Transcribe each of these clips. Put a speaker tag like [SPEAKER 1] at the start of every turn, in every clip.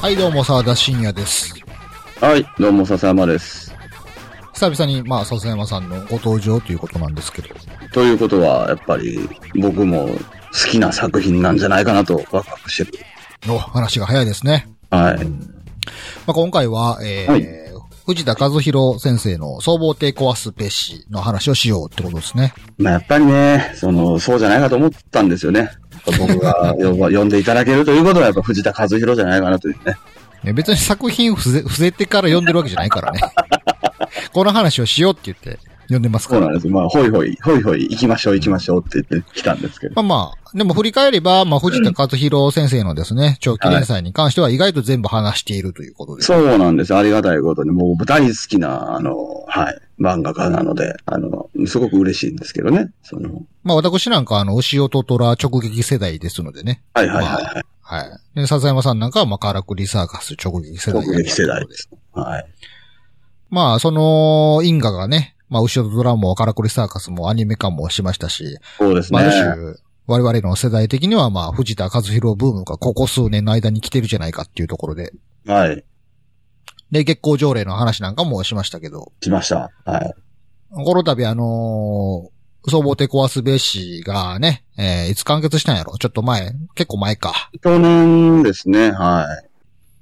[SPEAKER 1] はい、どうも、沢田信也です。
[SPEAKER 2] はい、どうも、笹山です。
[SPEAKER 1] 久々に、まあ、笹山さんのご登場ということなんですけど。
[SPEAKER 2] ということは、やっぱり、僕も好きな作品なんじゃないかなと、ワクワクしてる。
[SPEAKER 1] お、話が早いですね。
[SPEAKER 2] はい。
[SPEAKER 1] まあ、今回は、えー
[SPEAKER 2] は
[SPEAKER 1] 藤田和弘先生の総合抵抗アスペッシの話をしようってことですね。
[SPEAKER 2] まあ、やっぱりね、その、そうじゃないかと思ったんですよね。僕 が呼ば呼んでいただけるということは、やっぱ藤田和弘じゃないかなというね。
[SPEAKER 1] ね別に作品伏せ伏せてから読んでるわけじゃないから ね。この話をしようって言って読んでますか
[SPEAKER 2] そう
[SPEAKER 1] ら。
[SPEAKER 2] なんです。まあ、ほいほい、ほいほい、行きましょう、行きましょうって言ってきたんですけど。
[SPEAKER 1] まあまあ、でも振り返れば、まあ、藤田和弘先生のですね、長期連載に関しては意外と全部話しているということで。
[SPEAKER 2] そうなんです。ありがたいことに、もう大好きな、あの、はい、漫画家なので、あの、すごく嬉しいんですけどね。その、
[SPEAKER 1] まあ私なんかあの、牛尾と虎直撃世代ですのでね。
[SPEAKER 2] はいはいはいはい。
[SPEAKER 1] はい。で、笹山さんなんかはまあ、カラクリサーカス直撃世代。
[SPEAKER 2] 国撃世代で。す。はい。
[SPEAKER 1] まあ、その、因果がね、まあ、後ろと虎もカラクリサーカスもアニメ化もしましたし、
[SPEAKER 2] そうです
[SPEAKER 1] まあ、
[SPEAKER 2] ね。
[SPEAKER 1] ある種、我々の世代的にはまあ、藤田和弘ブームがここ数年の間に来てるじゃないかっていうところで。
[SPEAKER 2] はい。
[SPEAKER 1] で、月光条例の話なんかもしましたけど、
[SPEAKER 2] しました。はい。
[SPEAKER 1] この度あのー総合テコアスベーシがね、えーいつ完結したんやろちょっと前、結構前か。
[SPEAKER 2] 去年ですね、はい。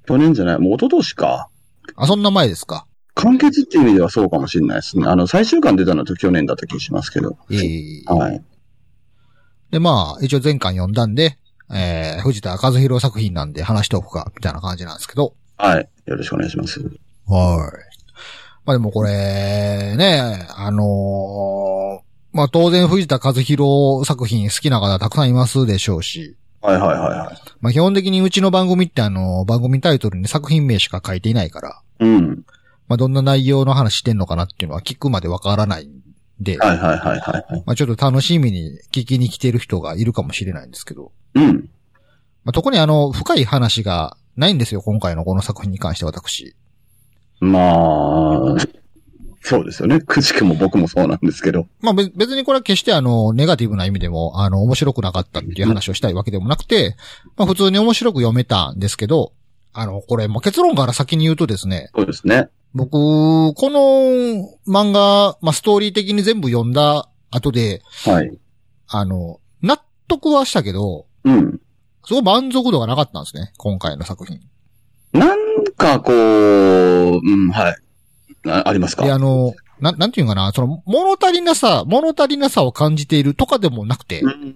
[SPEAKER 2] 去年じゃない、もう一昨年か。
[SPEAKER 1] あ、そんな前ですか。
[SPEAKER 2] 完結っていう意味ではそうかもしれないですね。あの、最終巻出たのは去年だった気がしますけど。
[SPEAKER 1] えー
[SPEAKER 2] はい。
[SPEAKER 1] で、まあ、一応前回読んだんで、えー、藤田和弘作品なんで話しておくか、みたいな感じなんですけど。
[SPEAKER 2] はい。よろしくお願いします。
[SPEAKER 1] はい。まあでもこれ、ね、あのーまあ当然藤田和弘作品好きな方たくさんいますでしょうし、
[SPEAKER 2] はいはいはいはい。
[SPEAKER 1] まあ基本的にうちの番組ってあの、番組タイトルに作品名しか書いていないから、
[SPEAKER 2] うん。
[SPEAKER 1] まあどんな内容の話してんのかなっていうのは聞くまでわからないんで、
[SPEAKER 2] はいはいはいはいはい。
[SPEAKER 1] まあちょっと楽しみに聞きに来てる人がいるかもしれないんですけど、
[SPEAKER 2] うん。
[SPEAKER 1] まあ、特にあの、深い話がないんですよ、今回のこの作品に関して私。
[SPEAKER 2] まあ、そうですよね。 くしくも僕もそうなんですけど。
[SPEAKER 1] まあ、べ別にこれは決してあの、ネガティブな意味でも、あの、面白くなかったっていう話をしたいわけでもなくて、まあ、普通に面白く読めたんですけど、あの、これ、まあ、結論から先に言うとですね、
[SPEAKER 2] そうですね。
[SPEAKER 1] 僕、この漫画、まあ、ストーリー的に全部読んだ後で、
[SPEAKER 2] はい。
[SPEAKER 1] あの、納得はしたけど、
[SPEAKER 2] うん。
[SPEAKER 1] すごい満足度がなかったんですね、今回の作品。
[SPEAKER 2] なんかこう、うん、はい。あありますか
[SPEAKER 1] で、あの、なん、なんていうんかな、その、物足りなさ、物足りなさを感じているとかでもなくて
[SPEAKER 2] う、ん。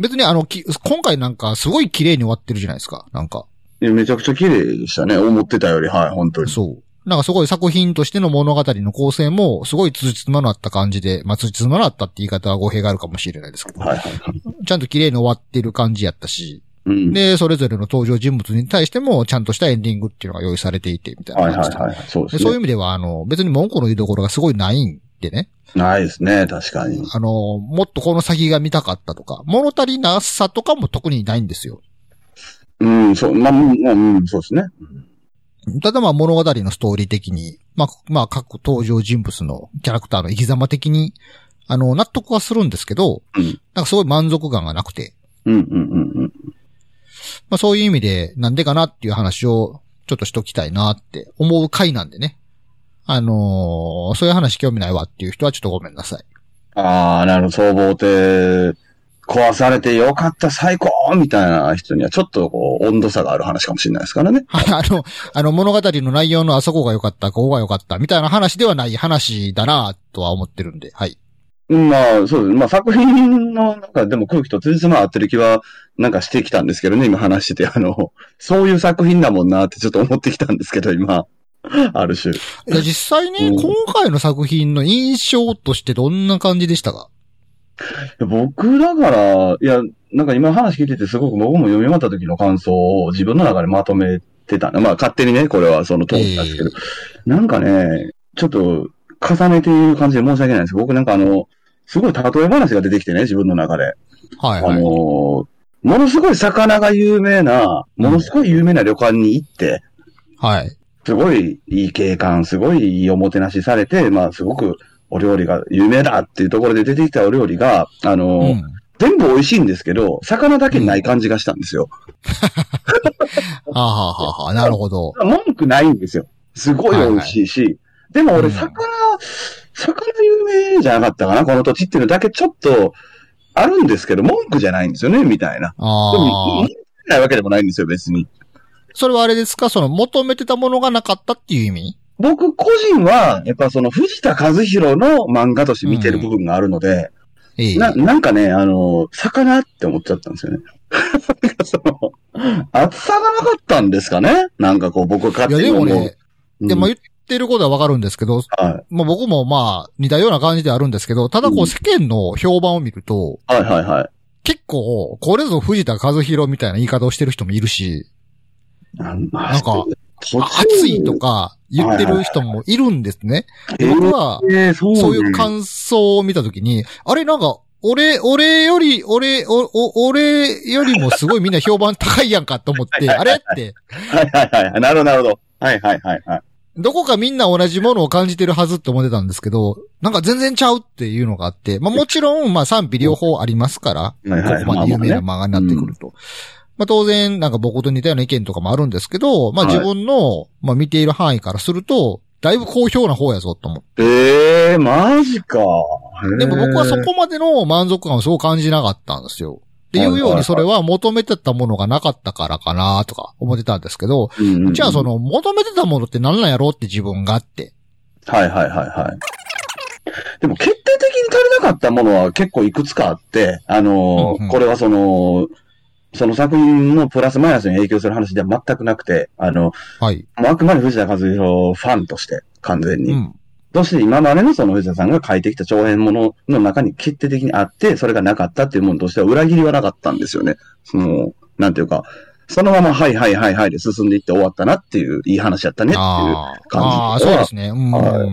[SPEAKER 1] 別にあの、き今回なんかすごい綺麗に終わってるじゃないですか、なんか。
[SPEAKER 2] いやめちゃくちゃ綺麗でしたね。思ってたより、はい、本当に。
[SPEAKER 1] そう。なんかすごい作品としての物語の構成も、すごいつじつまのあった感じで、まあ、つじつまのあったって言い方は語弊があるかもしれないですけど、
[SPEAKER 2] はいはいはい。
[SPEAKER 1] ちゃんと綺麗に終わってる感じやったし、
[SPEAKER 2] うん。
[SPEAKER 1] で、それぞれの登場人物に対しても、ちゃんとしたエンディングっていうのが用意されていて、みたい
[SPEAKER 2] はい
[SPEAKER 1] な感
[SPEAKER 2] はい
[SPEAKER 1] じで。
[SPEAKER 2] はい。そうで
[SPEAKER 1] ですそういう
[SPEAKER 2] ね
[SPEAKER 1] 意。味では、あの、別に文句の言いどころがすごいないんでね。
[SPEAKER 2] ないですね、確かに。
[SPEAKER 1] あの、もっとこの先が見たかったとか、物足りなさとかも特にないんですよ。
[SPEAKER 2] うん、そう、まあ、うん、うんそうですね。
[SPEAKER 1] ただまあ物語のストーリー的に、まあ、まあ各登場人物のキャラクターの生き様的に、あの、納得はするんですけど、
[SPEAKER 2] うん
[SPEAKER 1] なんかすごい満足感がなくて、
[SPEAKER 2] うん、うん、うん、うん。
[SPEAKER 1] まあそういう意味でなんでかなっていう話をちょっとしときたいなって思う回なんでね。あのーそういう話興味ないわっていう人はちょっとごめんなさい。
[SPEAKER 2] ああ、なるほど、総合艇、壊されてよかった、最高みたいな人には、ちょっとこう、温度差がある話かもしれないですからね。
[SPEAKER 1] はい あの、あの物語の内容のあそこが良かった、ここが良かった、みたいな話ではない話だなとは思ってるんで、はい。
[SPEAKER 2] うんまあ、そうです。まあ、作品の、なんか、でも空気と辻褄合ってる気は、なんかしてきたんですけどね、今話してて、あの、そういう作品だもんなってちょっと思ってきたんですけど、今。ある種。
[SPEAKER 1] で実際ね、
[SPEAKER 2] うん
[SPEAKER 1] 今回の作品の印象としてどんな感じでしたか
[SPEAKER 2] 僕だから、いや、なんか今話聞いててすごく僕も読み終わった時の感想を自分の中でまとめてた。まあ勝手にね、これはその通りなんですけど、なんかね、ちょっと重ねている感じで申し訳ないんですけど、僕なんかあの、すごい例え話が出てきてね、自分の中で。
[SPEAKER 1] はい
[SPEAKER 2] あ
[SPEAKER 1] は
[SPEAKER 2] の
[SPEAKER 1] い。
[SPEAKER 2] ーものすごい魚が有名な、ものすごい有名な旅館に行って、
[SPEAKER 1] はい。
[SPEAKER 2] すごいいい景観、すごいいいおもてなしされて、まあすごくお料理が有名だっていうところで出てきたお料理が、あのー
[SPEAKER 1] うん。
[SPEAKER 2] 全部美味しいんですけど、魚だけない感じがしたんですよ。
[SPEAKER 1] はあ、はあはあはあ、なるほど。
[SPEAKER 2] 文句ないんですよ。すごい美味しいし。でも
[SPEAKER 1] う
[SPEAKER 2] 俺、
[SPEAKER 1] ん
[SPEAKER 2] 魚、魚有名じゃなかったかなこの土地っていうのだけちょっと、あるんですけど、文句じゃないんですよね、みたいな。でも、
[SPEAKER 1] あ
[SPEAKER 2] 文
[SPEAKER 1] あ
[SPEAKER 2] 句。ないわけでもないんですよ、別に。
[SPEAKER 1] それはあれですかその、求めてたものがなかったっていう意味
[SPEAKER 2] 僕個人は、やっぱその藤田和弘の漫画として見てる部分があるので、
[SPEAKER 1] ええ。
[SPEAKER 2] な、なんかね、あの、魚って思っちゃったんですよね。 なんかその、厚さがなかったんですかねなんかこう、僕は勝
[SPEAKER 1] いや、
[SPEAKER 2] 手に
[SPEAKER 1] で
[SPEAKER 2] 思
[SPEAKER 1] も
[SPEAKER 2] う。
[SPEAKER 1] ね、
[SPEAKER 2] うん
[SPEAKER 1] でも言ってることはわかるんですけど、
[SPEAKER 2] は
[SPEAKER 1] まあ僕もまあ似たような感じであるんですけど、ただこ
[SPEAKER 2] う
[SPEAKER 1] うん世間の評判を見ると、
[SPEAKER 2] い、はい、はい、は
[SPEAKER 1] 結構、これぞ藤田和弘みたいな言い方をしてる人もいるし、
[SPEAKER 2] い。なん
[SPEAKER 1] なんか、
[SPEAKER 2] 途
[SPEAKER 1] あ
[SPEAKER 2] 中
[SPEAKER 1] 熱いとか言ってる人もいるんですね。
[SPEAKER 2] え
[SPEAKER 1] で僕は、
[SPEAKER 2] えーそうね
[SPEAKER 1] そういう感想を見たときに、あれなんか、俺、俺より、俺、お、お、俺よりもすごいみんな評判高いやんかと思って、あれって、
[SPEAKER 2] はい、はい、はい。なるほど、なるほど。はい、はい、はい、はい。
[SPEAKER 1] どこかみんな同じものを感じてるはずって思ってたんですけど、なんか全然ちゃうっていうのがあって、まあもちろん、まあ賛否両方ありますから、
[SPEAKER 2] はいはい
[SPEAKER 1] ここまで有名な漫画になってくると。まあ当然、なんか僕と似たような意見とかもあるんですけど、まあ
[SPEAKER 2] はい
[SPEAKER 1] 自分の、まあ見ている範囲からすると、だいぶ好評な方やぞと思って。
[SPEAKER 2] ええー、マジか。
[SPEAKER 1] でも僕はそ
[SPEAKER 2] へー
[SPEAKER 1] こまでの満足感をそう感じなかったんですよ。っていうようにそれは求めてたものがなかったからかなとか思ってたんですけど、
[SPEAKER 2] うんうんうん
[SPEAKER 1] じゃあそ、の求めてたものって何なんやろうって自分があって。
[SPEAKER 2] はいはいはいはい。でも決定的に足りなかったものは結構いくつかあって、あのー
[SPEAKER 1] うんうん
[SPEAKER 2] これはその、その作品のプラスマイナスに影響する話では全くなくて、あの、
[SPEAKER 1] はい。
[SPEAKER 2] もうあくまで藤田和弘ファンとして、完全に。
[SPEAKER 1] うん。
[SPEAKER 2] どうして今までのその藤田さんが書いてきた長編ものの中に決定的にあって、それがなかったっていうものとしては裏切りはなかったんですよね。その、なんていうか、そのままはいはいはいはいで進んでいって終わったなっていう、いい話やったねっていう。
[SPEAKER 1] あー
[SPEAKER 2] 感じ
[SPEAKER 1] あー、そうですね。うん。
[SPEAKER 2] はい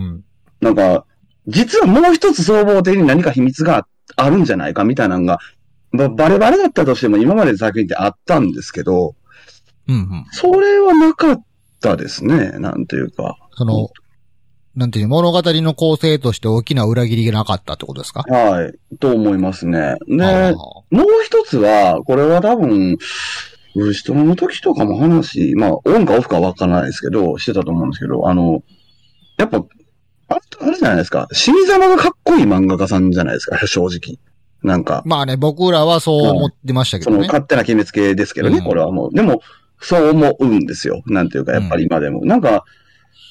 [SPEAKER 2] なんか、実はもう一つ総合的に何か秘密があるんじゃないかみたいなのが、ばバレバレだったとしても今までの作品ってあったんですけど、
[SPEAKER 1] うんうん。
[SPEAKER 2] それはなかったですね、なんていうか。
[SPEAKER 1] その、なんていう、物語の構成として大きな裏切りがなかったってことですか
[SPEAKER 2] はい、と思いますね。
[SPEAKER 1] あ
[SPEAKER 2] で、
[SPEAKER 1] ー
[SPEAKER 2] もう一つは、これは多分、虫友の時とかも話、まあ、オンかオフかわからないですけど、してたと思うんですけど、あの、やっぱ、ああれじゃないですか、死に様がかっこいい漫画家さんじゃないですか、正直。なんか、
[SPEAKER 1] まあね、僕らはそう思ってましたけ
[SPEAKER 2] そ
[SPEAKER 1] ど
[SPEAKER 2] の
[SPEAKER 1] ね。
[SPEAKER 2] 勝手な決めつけですけどね、
[SPEAKER 1] うん
[SPEAKER 2] これはもう。でも、そう思うんですよ。なんていうか、やっぱり今でも。なんか、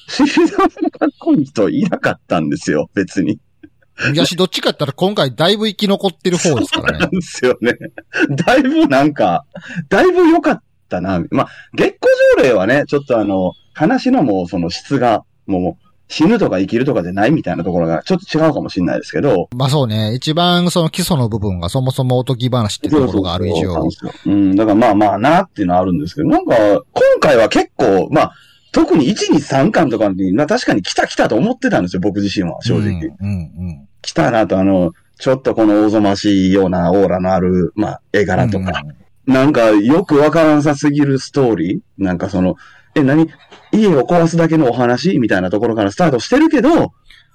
[SPEAKER 2] シリザーのかっこいい人いなかったんですよ、別に。
[SPEAKER 1] いやし、どっちかって言ったら今回だいぶ生き残ってる方ですから
[SPEAKER 2] な
[SPEAKER 1] ね
[SPEAKER 2] ん。ですよね。 だいぶなんか、だいぶ良かったな。まあ、月光条例はね、ちょっとあの、話のもうその質が、もう、死ぬとか生きるとかじゃないみたいなところが、ちょっと違うかもしれないですけど。
[SPEAKER 1] まあそうね、一番その基礎の部分がそもそもおとぎ話っていうところがある以上。
[SPEAKER 2] そうそうそううん、だからまあまあなっていうのはあるんですけど、なんか、今回は結構、まあ、特に1、2、3巻とかに、まあ確かに来た来たと思ってたんですよ、僕自身は、正直。
[SPEAKER 1] うん、うん、
[SPEAKER 2] 来たなと、あの、ちょっとこの大ぞましいようなオーラのある、まあ、絵柄とか、なんかよくわからんさすぎるストーリーなんかその、え、何家を壊すだけのお話みたいなところからスタートしてるけど、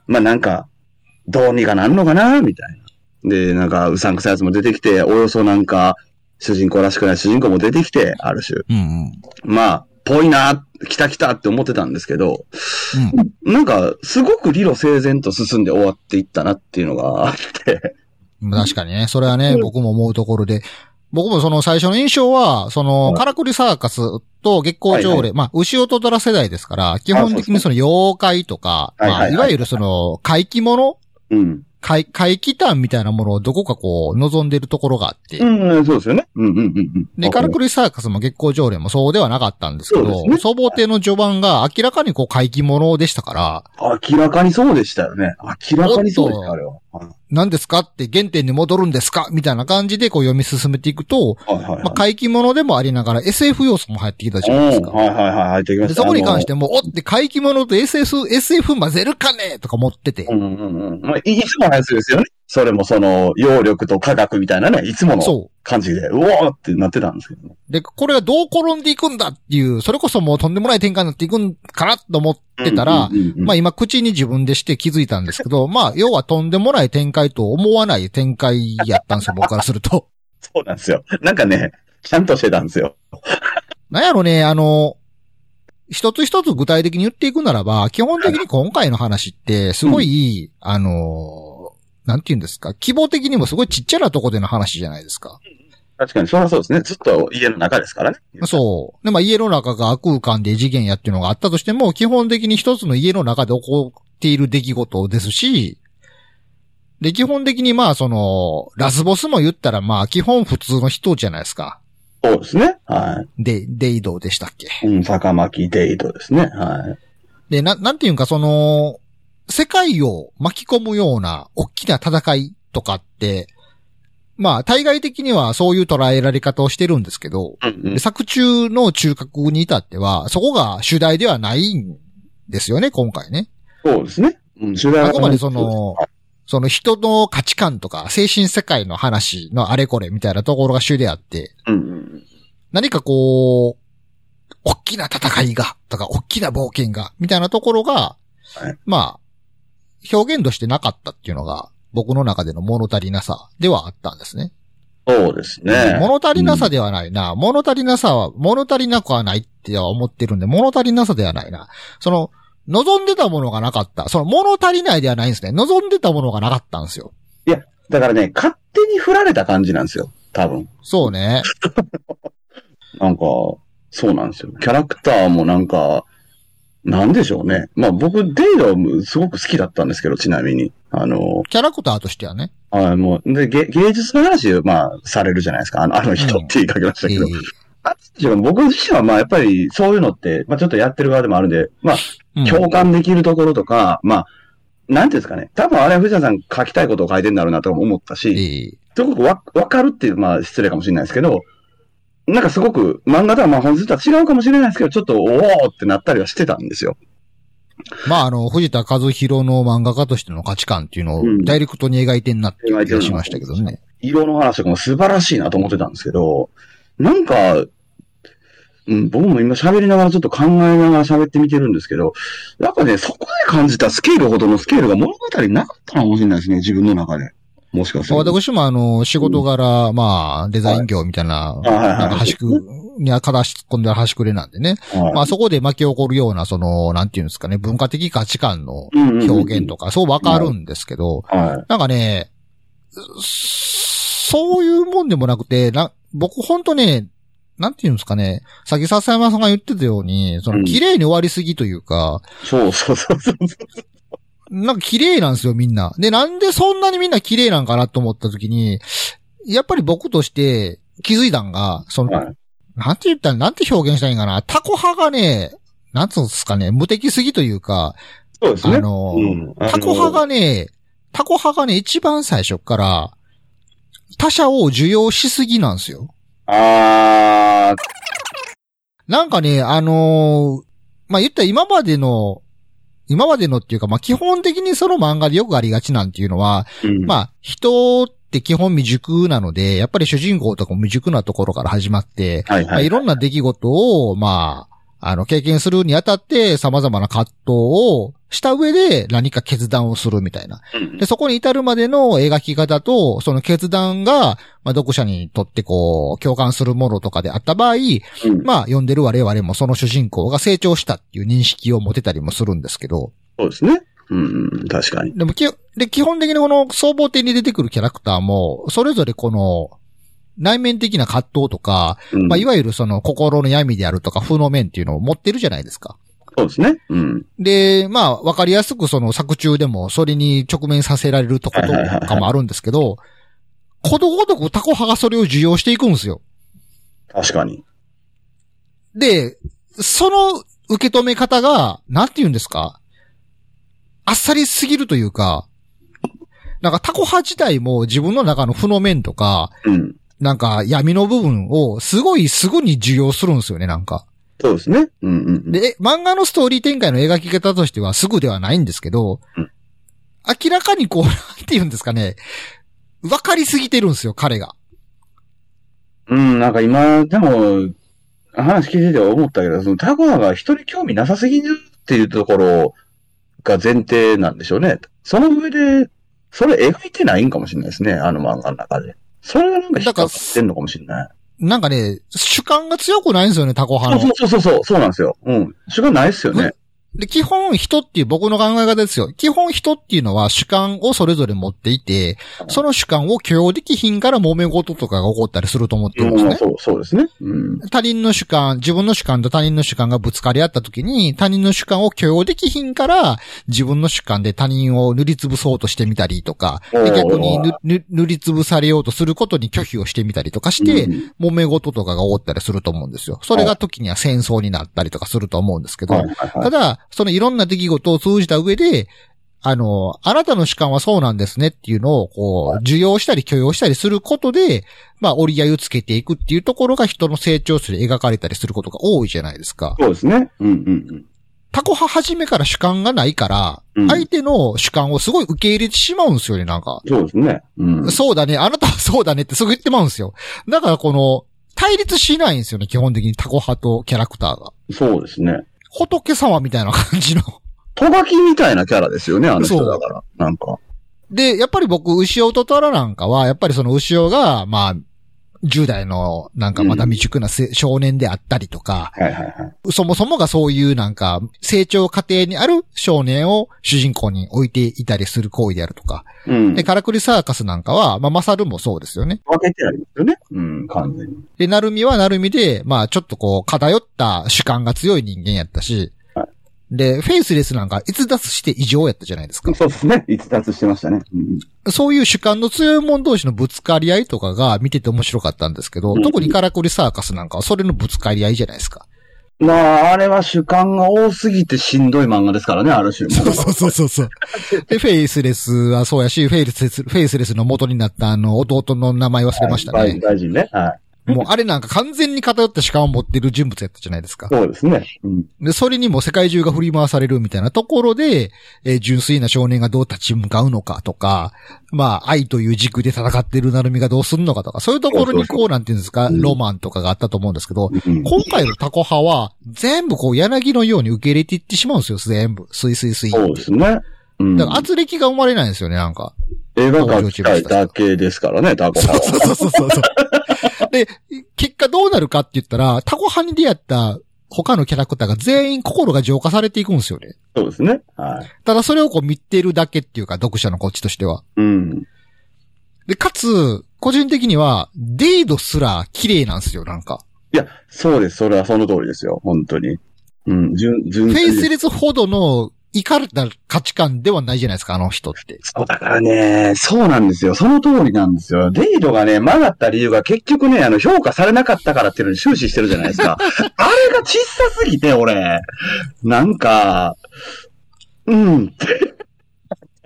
[SPEAKER 2] まあなんか、どうにかなんのかなみたいな。で、なんか、うさんくさいやつも出てきて、およそなんか、主人公らしくない主人公も出てきて、ある種。
[SPEAKER 1] うん、うん、うん。
[SPEAKER 2] まあ、ぽいな、来た来たって思ってたんですけど、なんか、すごく理路整然と進んで終わっていったなっていうのがあって、
[SPEAKER 1] うん確かにね、それはね、
[SPEAKER 2] うん
[SPEAKER 1] 僕も思うところで、僕もその最初の印象は、そ
[SPEAKER 2] は
[SPEAKER 1] の、
[SPEAKER 2] い
[SPEAKER 1] カラクリサーカスと月光条
[SPEAKER 2] はい
[SPEAKER 1] 例、まあ、牛音虎世代ですから、基本的にその妖怪とか、
[SPEAKER 2] はいはい
[SPEAKER 1] まあ、
[SPEAKER 2] はい
[SPEAKER 1] いわゆるその、怪奇物
[SPEAKER 2] うん。
[SPEAKER 1] 怪、怪奇譚みたいなものをどこかこう、望んでるところがあって、
[SPEAKER 2] うん、そうですよね。うん、うん、うん。う
[SPEAKER 1] で、
[SPEAKER 2] ん
[SPEAKER 1] カラクリサーカスも月光条例もそうではなかったんですけ
[SPEAKER 2] そうで
[SPEAKER 1] ど、
[SPEAKER 2] すね
[SPEAKER 1] 総合亭の序盤が明らかにこう怪奇物でしたから、
[SPEAKER 2] 明らかにそうでしたよね。明らかにそうでした、あれは。は
[SPEAKER 1] 何ですかって原点に戻るんですかみたいな感じでこう読み進めていくと、
[SPEAKER 2] いはいはい。
[SPEAKER 1] まあ、怪奇物でもありながら SF 要素も入ってきたじゃないです
[SPEAKER 2] うん、
[SPEAKER 1] か。
[SPEAKER 2] はいはいはい、入ってきま
[SPEAKER 1] で
[SPEAKER 2] した。。
[SPEAKER 1] そこに関してても、おって怪奇物と SF、SF 混ぜるかねとか持ってて
[SPEAKER 2] う。んうんうん。まあ、いいつもの話ですよね。それもその、揚力と科学みたいなね、いつもの
[SPEAKER 1] そ
[SPEAKER 2] 感じで、うおーってなってたんですけどね。
[SPEAKER 1] う。で、これがどう転んでいくんだっていう、それこそもうとんでもない展開になっていくんかなと思ってたら
[SPEAKER 2] う、んうんうんうん
[SPEAKER 1] まあ今口に自分でして気づいたんですけど、まあ要はとんでもない展開と思わない展開やったんですよ、僕からすると。
[SPEAKER 2] そうなんですよ。なんかね、ちゃんとしてたんですよ。
[SPEAKER 1] なんやろね、あの、一つ一つ具体的に言っていくならば、基本的に今回の話って、すごい、あの、なんて言うんですか、希望的にもすごいちっちゃなとこでの話じゃないですか。
[SPEAKER 2] 確かに、そりゃそうですね。ずっと家の中ですからね。
[SPEAKER 1] そう。で、まあ家の中が悪空間で異次元やっていうのがあったとしても、基本的に一つの家の中で起こっている出来事ですし、で、基本的にまあその、ラスボスも言ったらまあ基本普通の人じゃないですか。
[SPEAKER 2] そうですね。は
[SPEAKER 1] で、デイドーでしたっけ。
[SPEAKER 2] い。うん、坂巻デイトですね。はい。
[SPEAKER 1] で、な、なんていうんかその、世界を巻き込むような大きな戦いとかって、まあ対外的にはそういう捉えられ方をしてるんですけど、
[SPEAKER 2] うんうん
[SPEAKER 1] で、作中の中核に至っては、そこが主題ではないんですよね、今回ね。
[SPEAKER 2] そうですね。うん、取材
[SPEAKER 1] あくまでその、その人の価値観とか、精神世界の話のあれこれみたいなところが主であって、
[SPEAKER 2] うんうん。
[SPEAKER 1] 何かこう、大きな戦いが、とか、大きな冒険が、みたいなところが
[SPEAKER 2] はい、
[SPEAKER 1] まあ、表現としてなかったっていうのが、僕の中での物足りなさではあったんですね。
[SPEAKER 2] そうですね。
[SPEAKER 1] 物足りなさではないな。物足りなさは、物足りなくはないっては思ってるんで、物足りなさではないな。その、望んでたものがなかった。その、物足りないではないんですね。望んでたものがなかったんですよ。
[SPEAKER 2] だからね、勝手に振られた感じなんですよ。多分。
[SPEAKER 1] そうね。
[SPEAKER 2] なんか、そうなんですよ。キャラクターもなんか、なんでしょうね。まあ僕、デイドはすごく好きだったんですけど、ちなみに。あの、
[SPEAKER 1] キャラクターとしてはね。
[SPEAKER 2] あもうで芸芸術の話を、まあ、されるじゃないですか。あのあの人
[SPEAKER 1] うん
[SPEAKER 2] って言いかけました
[SPEAKER 1] え
[SPEAKER 2] け
[SPEAKER 1] え
[SPEAKER 2] ど。あでしょう僕自身は、まあ、やっぱり、そういうのって、まあ、ちょっとやってる側でもあるんで、まあ、
[SPEAKER 1] うん
[SPEAKER 2] 共感できるところとか、まあ、なんていうんですかね。多分あれは藤田さん書きたいことを書いてんだろうなとも思ったし、
[SPEAKER 1] ええ
[SPEAKER 2] すごくわ、わかるっていう、まあ失礼かもしれないですけど、なんかすごく漫画とはまあ本質とは違うかもしれないですけど、ちょっとおーってなったりはしてたんですよ。
[SPEAKER 1] まあ、あの、藤田和弘の漫画家としての価値観っていうのを
[SPEAKER 2] うん
[SPEAKER 1] ダイレクトに描いてんなっていう気がしましたけどね。
[SPEAKER 2] 色の話とかも素晴らしいなと思ってたんですけど、なんか、うん、僕も今喋りながらちょっと考えながら喋ってみてるんですけど、やっぱね、そこで感じたスケールほどのスケールが物語なかったのかもしれないですね、自分の中で。もしかすると。
[SPEAKER 1] 私もあの、仕事柄、まあ、デザイン業みたいな、
[SPEAKER 2] いはいはい
[SPEAKER 1] なんか端く、にゃ、片足突っ込んだら端くれなんでね。
[SPEAKER 2] はい
[SPEAKER 1] まあそこで巻き起こるような、その、なんていうんですかね、文化的価値観の
[SPEAKER 2] うんうんうん
[SPEAKER 1] 表現とか、そうわかるんですけど、
[SPEAKER 2] はい。
[SPEAKER 1] なんかね、そういうもんでもなくて、な、僕ほんとね、なんていうんですかね、さっき笹山さんが言ってたように、そうの、
[SPEAKER 2] ん
[SPEAKER 1] 綺麗に終わりすぎというか、
[SPEAKER 2] そうそうそうそうそう。
[SPEAKER 1] なんか綺麗なんですよ、みんな。で、なんでそんなにみんな綺麗なんかなと思った時に、やっぱり僕として気づいたんが、その、
[SPEAKER 2] はい
[SPEAKER 1] なんて言ったら、なんて表現したらいいんかな。タコ派がね、なんつうんですかね、無敵すぎというか、
[SPEAKER 2] そうですね。
[SPEAKER 1] あの、
[SPEAKER 2] うんあの
[SPEAKER 1] タコ派がね、タコ派がね、一番最初から、他者を受容しすぎなんですよ。
[SPEAKER 2] あ
[SPEAKER 1] なんかね、あのーまあ、言ったら今までの、今までのっていうか、まあ、基本的にその漫画でよくありがちなんていうのは、
[SPEAKER 2] ー、うん
[SPEAKER 1] まあ、人って基本未熟なので、やっぱり主人公とかも未熟なところから始まって、
[SPEAKER 2] はい
[SPEAKER 1] まあ、
[SPEAKER 2] はいい。
[SPEAKER 1] ろんな出来事を、まあ、あの、経験するにあたって、様々な葛藤をした上で何か決断をするみたいな。で、そこに至るまでの描き方と、その決断が、まあ、読者にとってこう、共感するものとかであった場合、
[SPEAKER 2] うん
[SPEAKER 1] まあ、読んでる我々もその主人公が成長したっていう認識を持てたりもするんですけど、
[SPEAKER 2] そうですね。うんうん、確かに。
[SPEAKER 1] でもき、で、基本的にこの総合点に出てくるキャラクターも、それぞれこの、内面的な葛藤とか、
[SPEAKER 2] うん
[SPEAKER 1] まあ、いわゆるその心の闇であるとか、負の面っていうのを持ってるじゃないですか。
[SPEAKER 2] そうですね。うん。
[SPEAKER 1] で、まあ、わかりやすくその作中でも、それに直面させられるとこと
[SPEAKER 2] はいはいはいはい
[SPEAKER 1] かもあるんですけど、ことごとくタコ派がそれを受容していくんですよ。
[SPEAKER 2] 確かに。
[SPEAKER 1] で、その受け止め方が、なんて言うんですかあっさりすぎるというか、なんかタコ派自体も自分の中の負の面とか、
[SPEAKER 2] うん。
[SPEAKER 1] なんか闇の部分をすごいすぐに受容するんですよね、なんか。
[SPEAKER 2] そうですね。うんうんうん。
[SPEAKER 1] で、漫画のストーリー展開の描き方としてはすぐではないんですけど
[SPEAKER 2] うん、
[SPEAKER 1] 明らかにこう、なんて言うんですかね、わかりすぎてるんですよ、彼が。
[SPEAKER 2] うん、なんか今、でも、話聞いてて思ったけど、そのタコが人に興味なさすぎるっていうところが前提なんでしょうね。その上で、それ描いてないんかもしれないですね、あの漫画の中で。それがなんか引っかかってんのかもしれない。
[SPEAKER 1] なんかね、主観が強くないんですよね、タコ派
[SPEAKER 2] そ
[SPEAKER 1] の
[SPEAKER 2] う。そうそうそう、そうなんですよ。うん。主がないっすよね。
[SPEAKER 1] で、基本人っていう僕の考え方ですよ。基本人っていうのは主観をそれぞれ持っていて、その主観を許容できひんから揉め事とかが起こったりすると思ってるんです
[SPEAKER 2] うん、
[SPEAKER 1] ね。
[SPEAKER 2] そう、そうですね。うん。
[SPEAKER 1] 他人の主観、自分の主観と他人の主観がぶつかり合った時に、他人の主観を許容できひんから、自分の主観で他人を塗りつぶそうとしてみたりとか、
[SPEAKER 2] お
[SPEAKER 1] で
[SPEAKER 2] ー
[SPEAKER 1] 逆にぬぬ塗りつぶされようとすることに拒否をしてみたりとかして、
[SPEAKER 2] うん
[SPEAKER 1] 揉め事とかが起こったりすると思うんですよ。それが時には戦争になったりとかすると思うんですけ
[SPEAKER 2] はい
[SPEAKER 1] ど、
[SPEAKER 2] はいは
[SPEAKER 1] た
[SPEAKER 2] い。
[SPEAKER 1] だ、そのいろんな出来事を通じた上で、あの、あなたの主観はそうなんですねっていうのを、こう、受容したり許容したりすることで、まあ、折り合いをつけていくっていうところが人の成長する描かれたりすることが多いじゃないですか。
[SPEAKER 2] そうですね。うんうん
[SPEAKER 1] タコ派初めから主観がないから、
[SPEAKER 2] うん
[SPEAKER 1] 相手の主観をすごい受け入れてしまうんですよね、なんか。
[SPEAKER 2] うん。そうですね。うん。
[SPEAKER 1] そうだね、あなたはそうだねってすぐ言ってまうんですよ。だからこの、対立しないんですよね、基本的にタコ派とキャラクターが。
[SPEAKER 2] そうですね。
[SPEAKER 1] 仏様みたいな感じの。
[SPEAKER 2] トガキみたいなキャラですよね、あの人だから。なんか。
[SPEAKER 1] で、やっぱり僕、牛尾とトラなんかは、やっぱりその牛尾が、まあ、10代の、なんかまだ未熟なせ、少年であったりとか、
[SPEAKER 2] はいはいはい。
[SPEAKER 1] そもそもがそういうなんか、成長過程にある少年を主人公に置いていたりする行為であるとか。
[SPEAKER 2] うん。
[SPEAKER 1] で、
[SPEAKER 2] 分
[SPEAKER 1] カラクリサーカスなんかは、まあ、マサルもそうですよね。
[SPEAKER 2] けてありますよね。うん、完全に。
[SPEAKER 1] で、なるみはなるみで、まあ、ちょっとこう、偏った主観が強い人間やったし
[SPEAKER 2] は、
[SPEAKER 1] で、フェイスレスなんか逸脱して異常やったじゃないですか。
[SPEAKER 2] そうですね。逸脱してましたね。うん
[SPEAKER 1] そういう主観の強い者同士のぶつかり合いとかが見てて面白かったんですけど、
[SPEAKER 2] うん
[SPEAKER 1] 特にカラクリサーカスなんかはそれのぶつかり合いじゃないですか。
[SPEAKER 2] まあ、あれは主観が多すぎてしんどい漫画ですからね、ある種。
[SPEAKER 1] うそうそうそう。で、フェイスレスはそうやし、フェイスレス、フェイスレスの元になったあの弟の名前忘れました
[SPEAKER 2] はい
[SPEAKER 1] ね。
[SPEAKER 2] 大臣ね。はい。
[SPEAKER 1] もうあれなんか完全に偏った主観を持ってる人物やったじゃないですか。
[SPEAKER 2] そうですね。うん。
[SPEAKER 1] で、それにも世界中が振り回されるみたいなところで、えー純粋な少年がどう立ち向かうのかとか、まあ、愛という軸で戦ってるなるみがどうするのかとか、そういうところ
[SPEAKER 2] そうそ
[SPEAKER 1] に
[SPEAKER 2] うそう
[SPEAKER 1] こうなんていうんですか、
[SPEAKER 2] うん
[SPEAKER 1] ロマンとかがあったと思うんですけど、
[SPEAKER 2] うん
[SPEAKER 1] 今回のタコ派は、全部こう柳のように受け入れていってしまうんですよ、全部。スイスイスイ。
[SPEAKER 2] そうですね。うん。
[SPEAKER 1] だから、圧力が生まれないんですよね、なんか。
[SPEAKER 2] 映画館自体だけですからね、ダーコさん は。
[SPEAKER 1] そうそうそうそうそう。で、結果どうなるかって言ったら、タコ派に出会った他のキャラクターが全員心が浄化されていくんですよね。
[SPEAKER 2] そうですね。はい。
[SPEAKER 1] ただそれをこう見てるだけっていうか、読者のこっちとしては。
[SPEAKER 2] うん。
[SPEAKER 1] で、かつ、個人的には、デイドすら綺麗なんですよ、なんか。
[SPEAKER 2] いや、そうです。それはその通りですよ。本当に。うん。純、純
[SPEAKER 1] フェイス
[SPEAKER 2] レ
[SPEAKER 1] レスほどの、イカれた価値観ではないじゃないですか、あの人って。
[SPEAKER 2] そうだからね、そうなんですよ。その通りなんですよ。デイドがね、曲がった理由が結局ね、あの、評価されなかったからっていうのに終始してるじゃないで すか。あれが小さすぎて、俺。なんか、うん。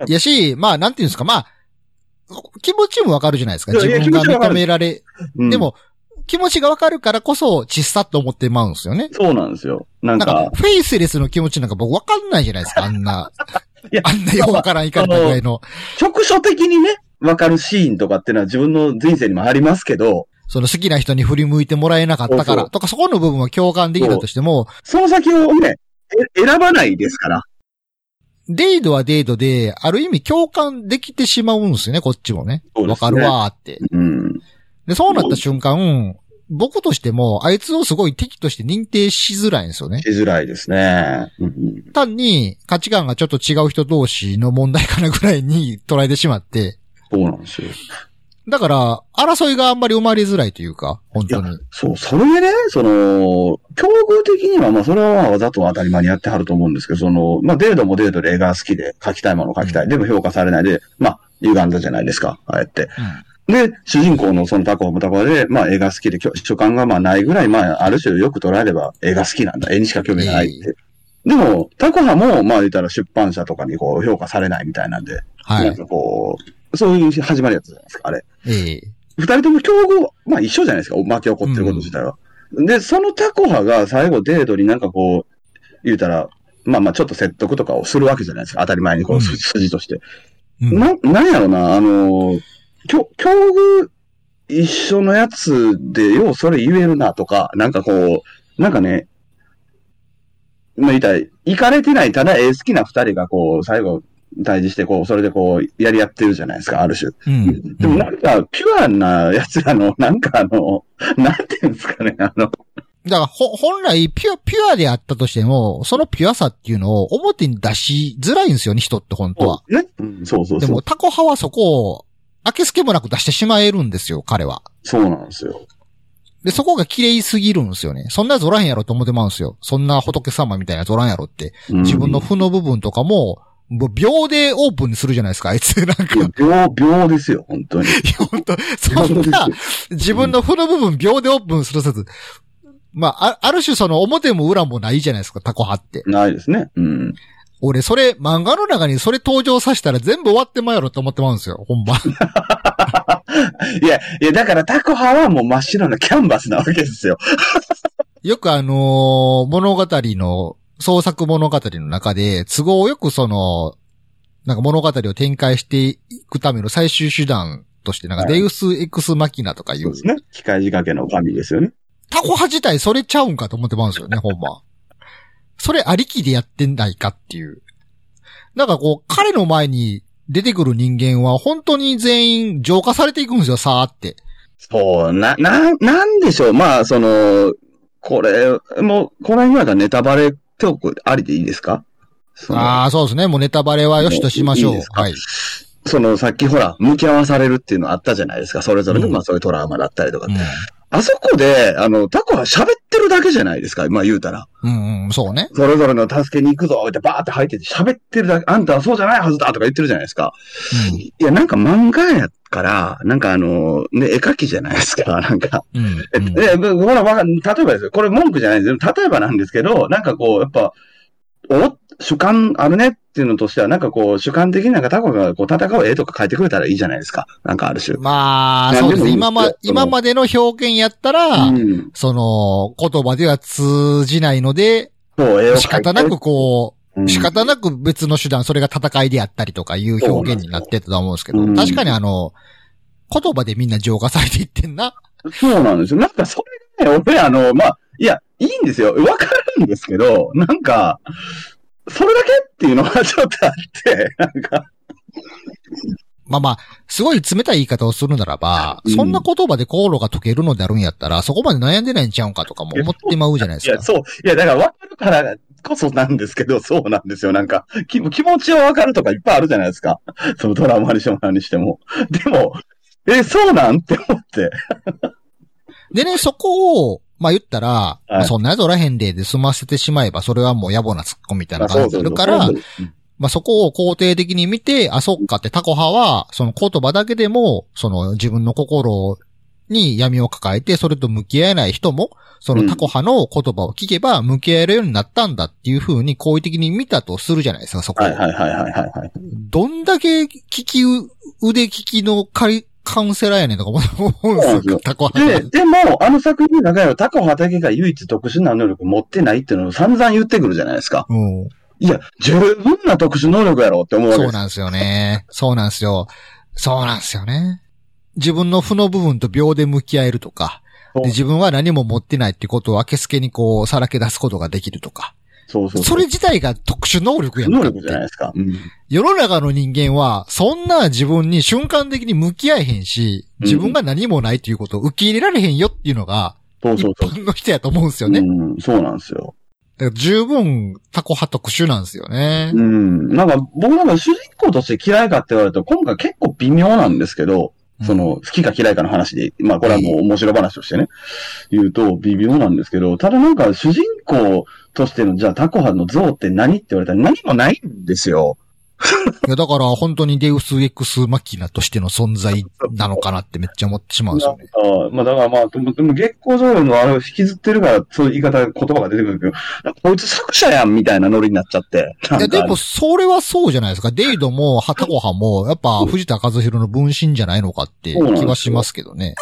[SPEAKER 1] いやし、まあ、なんていうんですか、まあ、気持ちもわかるじゃないですか。
[SPEAKER 2] いや
[SPEAKER 1] 自
[SPEAKER 2] いや
[SPEAKER 1] 分が
[SPEAKER 2] 気持ちはわか
[SPEAKER 1] 認
[SPEAKER 2] る
[SPEAKER 1] められ、
[SPEAKER 2] うん
[SPEAKER 1] で、も、気持ちがわかるからこそ、小さと思ってまうんですよね。
[SPEAKER 2] そうなんですよ。なん
[SPEAKER 1] なんか
[SPEAKER 2] か、、
[SPEAKER 1] フェイスレスの気持ちなんか僕わかんないじゃないですか、あんな
[SPEAKER 2] いや。
[SPEAKER 1] あんなよくわからんイカれたぐらいの。
[SPEAKER 2] 直所的にね、わかるシーンとかっていうのは自分の人生にもありますけど、
[SPEAKER 1] その好きな人に振り向いてもらえなかったか
[SPEAKER 2] そう
[SPEAKER 1] ら
[SPEAKER 2] そう
[SPEAKER 1] とか、そこの部分は共感できたとしても、
[SPEAKER 2] その先をね、え選ばないですから。
[SPEAKER 1] デイドはデイドで、ある意味共感できてしまうんですよね、こっちもね。
[SPEAKER 2] そうで
[SPEAKER 1] わ
[SPEAKER 2] すね
[SPEAKER 1] かるわーって。
[SPEAKER 2] うん。
[SPEAKER 1] で、そうなった瞬間、僕としても、あいつをすごい敵として認定しづらいんですよね。
[SPEAKER 2] しづらいですね。うん
[SPEAKER 1] 単に価値観がちょっと違う人同士の問題かなぐらいに捉えてしまって、
[SPEAKER 2] そうなんですよ。
[SPEAKER 1] だから、争いがあんまり生まれづらいというか、本当に。
[SPEAKER 2] そう、それでね、その、境遇的には、まあ、それはわざと当たり前にやってはると思うんですけど、その、まあ、デートもデートで映画好きで、書きたいものを書きたい。でも評価されないで、まあ、歪んだじゃないですか、ああやって。で、主人公のそのタコもタコで、まあ、映画好きで、きょ主観がまあないぐらい、まあ、ある種よく捉えれば映画好きなんだ。絵にしか興味がないって。でも、タコ派も、まあ言ったら出版社とかにこう評価されないみたいなんで、
[SPEAKER 1] は
[SPEAKER 2] なん
[SPEAKER 1] い。
[SPEAKER 2] かこう、そういう始まるやつじゃないですか、あれ。
[SPEAKER 1] ええ
[SPEAKER 2] 二人とも競合、まあ一緒じゃないですか、負け起こってること自体は。で、そのタコ派が最後デートになんかこう、言うたら、まあまあちょっと説得とかをするわけじゃないですか。当たり前にこ
[SPEAKER 1] う
[SPEAKER 2] う、
[SPEAKER 1] ん
[SPEAKER 2] す筋として。
[SPEAKER 1] うん
[SPEAKER 2] な、なんやろな、あの、きょ境遇一緒のやつで、ようそれ言えるなとか、なんかこう、なんかね、まあ言いたい、行かれてない、ただ絵好きな二人がこう、最後、対峙して、こう、それでこう、やり合ってるじゃないですか、ある種。
[SPEAKER 1] うん。
[SPEAKER 2] でもなんか、ピュアなやつらの、なんかあの、 なんていうんですかね、あの、
[SPEAKER 1] だから、ほ、本来、ピュア、ピュアであったとしても、そのピュアさっていうのを表に出しづらいんですよね、人って本当は。
[SPEAKER 2] ね。うんそうそう
[SPEAKER 1] で
[SPEAKER 2] そ
[SPEAKER 1] も、
[SPEAKER 2] う。
[SPEAKER 1] タコ派はそこを、明けすけもなく出してしまえるんですよ、彼は。
[SPEAKER 2] そうなんですよ。
[SPEAKER 1] で、そこが綺麗すぎるんですよね。そんなゾラへんやろと思ってまうんですよ。そんな仏様みたいなゾラへんやろって。
[SPEAKER 2] うん
[SPEAKER 1] 自分の負の部分とかも、もう秒でオープンにするじゃないですか、あいつ。 なんか、
[SPEAKER 2] いや秒、秒ですよ、本 当に。
[SPEAKER 1] 本当そんな
[SPEAKER 2] 秒で、
[SPEAKER 1] 自分の負の部分秒でオープンする説。まあ、あある種その表も裏もないじゃないですか、タコ派って。
[SPEAKER 2] ないですね。うん。
[SPEAKER 1] 俺、それ、漫画の中にそれ登場させたら全部終わってまうやろと思ってまうんですよ、ほんま。
[SPEAKER 2] いや、いや、だからタコ派はもう真っ白なキャンバスなわけですよ。
[SPEAKER 1] よくあのー物語の、創作物語の中で、都合よくその、なんか物語を展開していくための最終手段として、なんか
[SPEAKER 2] はい
[SPEAKER 1] デウスエクスマキナとかいう、
[SPEAKER 2] ね。機械仕掛けの神ですよね。
[SPEAKER 1] タコ派自体それちゃうんかと思ってまうんです よね、ほんま。それありきでやってないかっていう。なんかこう、彼の前に出てくる人間は本当に全員浄化されていくんですよ、さーって。
[SPEAKER 2] そう、な、な、なんでしょう。まあ、その、これ、もう、これぐらいがネタバレトークありでいいですかその
[SPEAKER 1] ああ、そうですね。もうネタバレはよしとしましょう。
[SPEAKER 2] いいですか
[SPEAKER 1] はい。
[SPEAKER 2] その、さっきほら、向き合わされるっていうのあったじゃないですか。それぞれの、
[SPEAKER 1] うん
[SPEAKER 2] まあ、そういうトラウマだったりとか。
[SPEAKER 1] う
[SPEAKER 2] あそこで、あの、タコは喋ってるだけじゃないですか。まあ、言うたら。
[SPEAKER 1] ん、うんうん、そうね。
[SPEAKER 2] それぞれの助けに行くぞってバーって入ってて喋ってるだけ、あんたはそうじゃないはずだとか言ってるじゃないですか。いや、なんか漫画やから、なんかあの、ね、絵描きじゃないですか、なんか。
[SPEAKER 1] うん。うん
[SPEAKER 2] え、
[SPEAKER 1] うん
[SPEAKER 2] えぶほら、わかん例えばですよ。これ文句じゃないですよ。例えばなんですけど、なんかこう、やっぱ、お、主観あるねっていうのとしては、なんかこう、主観的になんかタコがこう戦う絵とか描いてくれたらいいじゃないですか。なんかある種。
[SPEAKER 1] まあ、
[SPEAKER 2] いや
[SPEAKER 1] そうです
[SPEAKER 2] でも
[SPEAKER 1] ね。
[SPEAKER 2] いい
[SPEAKER 1] 今ま
[SPEAKER 2] そ、の
[SPEAKER 1] 今までの表現やったら、
[SPEAKER 2] うん。
[SPEAKER 1] その、言葉では通じないので、
[SPEAKER 2] そう、絵を描いて。
[SPEAKER 1] 仕方なくこ
[SPEAKER 2] う
[SPEAKER 1] う、
[SPEAKER 2] ん、
[SPEAKER 1] 仕方なく別の手段、それが戦いであったりとかいう表現になってたと思うんですけど
[SPEAKER 2] う、ん
[SPEAKER 1] 確かにあの、言葉でみんな浄化されていってんな。
[SPEAKER 2] そうなんですよ。なんかそれがね、俺、あの、まあ、いや、いいんですよ。わかるんですけど、なんか、それだけっていうのはちょっとあって、なんか、
[SPEAKER 1] まあまあ、すごい冷たい言い方をするならば、
[SPEAKER 2] うん
[SPEAKER 1] そんな言葉で心が溶けるのであるんやったら、そこまで悩んでないんちゃうんかとかも思ってまうじゃないで
[SPEAKER 2] い
[SPEAKER 1] すか
[SPEAKER 2] や、。そう、いや、だからわかるからこそなんですけど、そうなんですよ。なんか、き気持ちはわかるとかいっぱいあるじゃないですか。 そのドラマにしても何にしても。でも、え、そうなんって思って。
[SPEAKER 1] でね、そこを、まあ言ったら、まあそんなやつおらへんでで済ませてしまえば、それはもう野暮なツッコミみたいな感じになるから、まあそこを肯定的に見て、あ、そっかってタコ派は、その言葉だけでも、その自分の心に闇を抱えて、それと向き合えない人も、そのタコ派の言葉を聞けば向き合えるようになったんだっていう風に好意的に見たとするじゃないですか、そこを。
[SPEAKER 2] はいはいはいはいはいはい。
[SPEAKER 1] どんだけ聞きう、腕利きのカリカウンセラーやねんとか思うん
[SPEAKER 2] そうなん
[SPEAKER 1] で
[SPEAKER 2] です
[SPEAKER 1] すよ、
[SPEAKER 2] よ
[SPEAKER 1] タコ派
[SPEAKER 2] で、
[SPEAKER 1] は。
[SPEAKER 2] でも、あの作品の中ではタコ畑が唯一特殊な能力持ってないっていうのを散々言ってくるじゃないですか。
[SPEAKER 1] うん
[SPEAKER 2] いや、十分な特殊能力やろって思うわけ
[SPEAKER 1] そ
[SPEAKER 2] で
[SPEAKER 1] う
[SPEAKER 2] す。
[SPEAKER 1] なんですよね。そうなんですよ。そうなんですよね。自分の負の部分と秒で向き合えるとか、
[SPEAKER 2] そ
[SPEAKER 1] で
[SPEAKER 2] う
[SPEAKER 1] 自分は何も持ってないってことを明けすけにこう、さらけ出すことができるとか。
[SPEAKER 2] そうそう
[SPEAKER 1] それ自体が特殊能力やん
[SPEAKER 2] 能
[SPEAKER 1] かっ
[SPEAKER 2] 力じゃない
[SPEAKER 1] て。
[SPEAKER 2] ですか。うん。
[SPEAKER 1] 世の中の人間は、そんな自分に瞬間的に向き合えへんし、
[SPEAKER 2] うん
[SPEAKER 1] 自分が何もないということを受け入れられへんよっていうのが、
[SPEAKER 2] そう
[SPEAKER 1] 一
[SPEAKER 2] そうそう。
[SPEAKER 1] 般の人やと思うんですよね。
[SPEAKER 2] うん、そうなんですよ。
[SPEAKER 1] だから十分タコ派特殊なんですよね。
[SPEAKER 2] うん。なんか、僕なんか主人公として嫌いかって言われると、今回結構微妙なんですけど、その、好きか嫌いかの話で、まあこれはもう面白い話としてね、言うと微妙なんですけど、ただなんか主人公としての、じゃあタコ派の像って何って言われたら何もないんですよ。
[SPEAKER 1] いや、だから本当にデウス・エクス・マキナとしての存在なのかなってめっちゃ思ってしまうんですよね。
[SPEAKER 2] ああまあ、だからまあ、でもでも月光上のあれを引きずってるから、そういう言い方、言葉が出てくるけど、なんかこいつ作者やんみたいなノリになっちゃって。なん
[SPEAKER 1] い
[SPEAKER 2] か
[SPEAKER 1] や、でも、それはそうじゃないですか。デイドも、ハタコハも、やっぱ、藤田和弘の分身じゃないのかって気はしますけどね。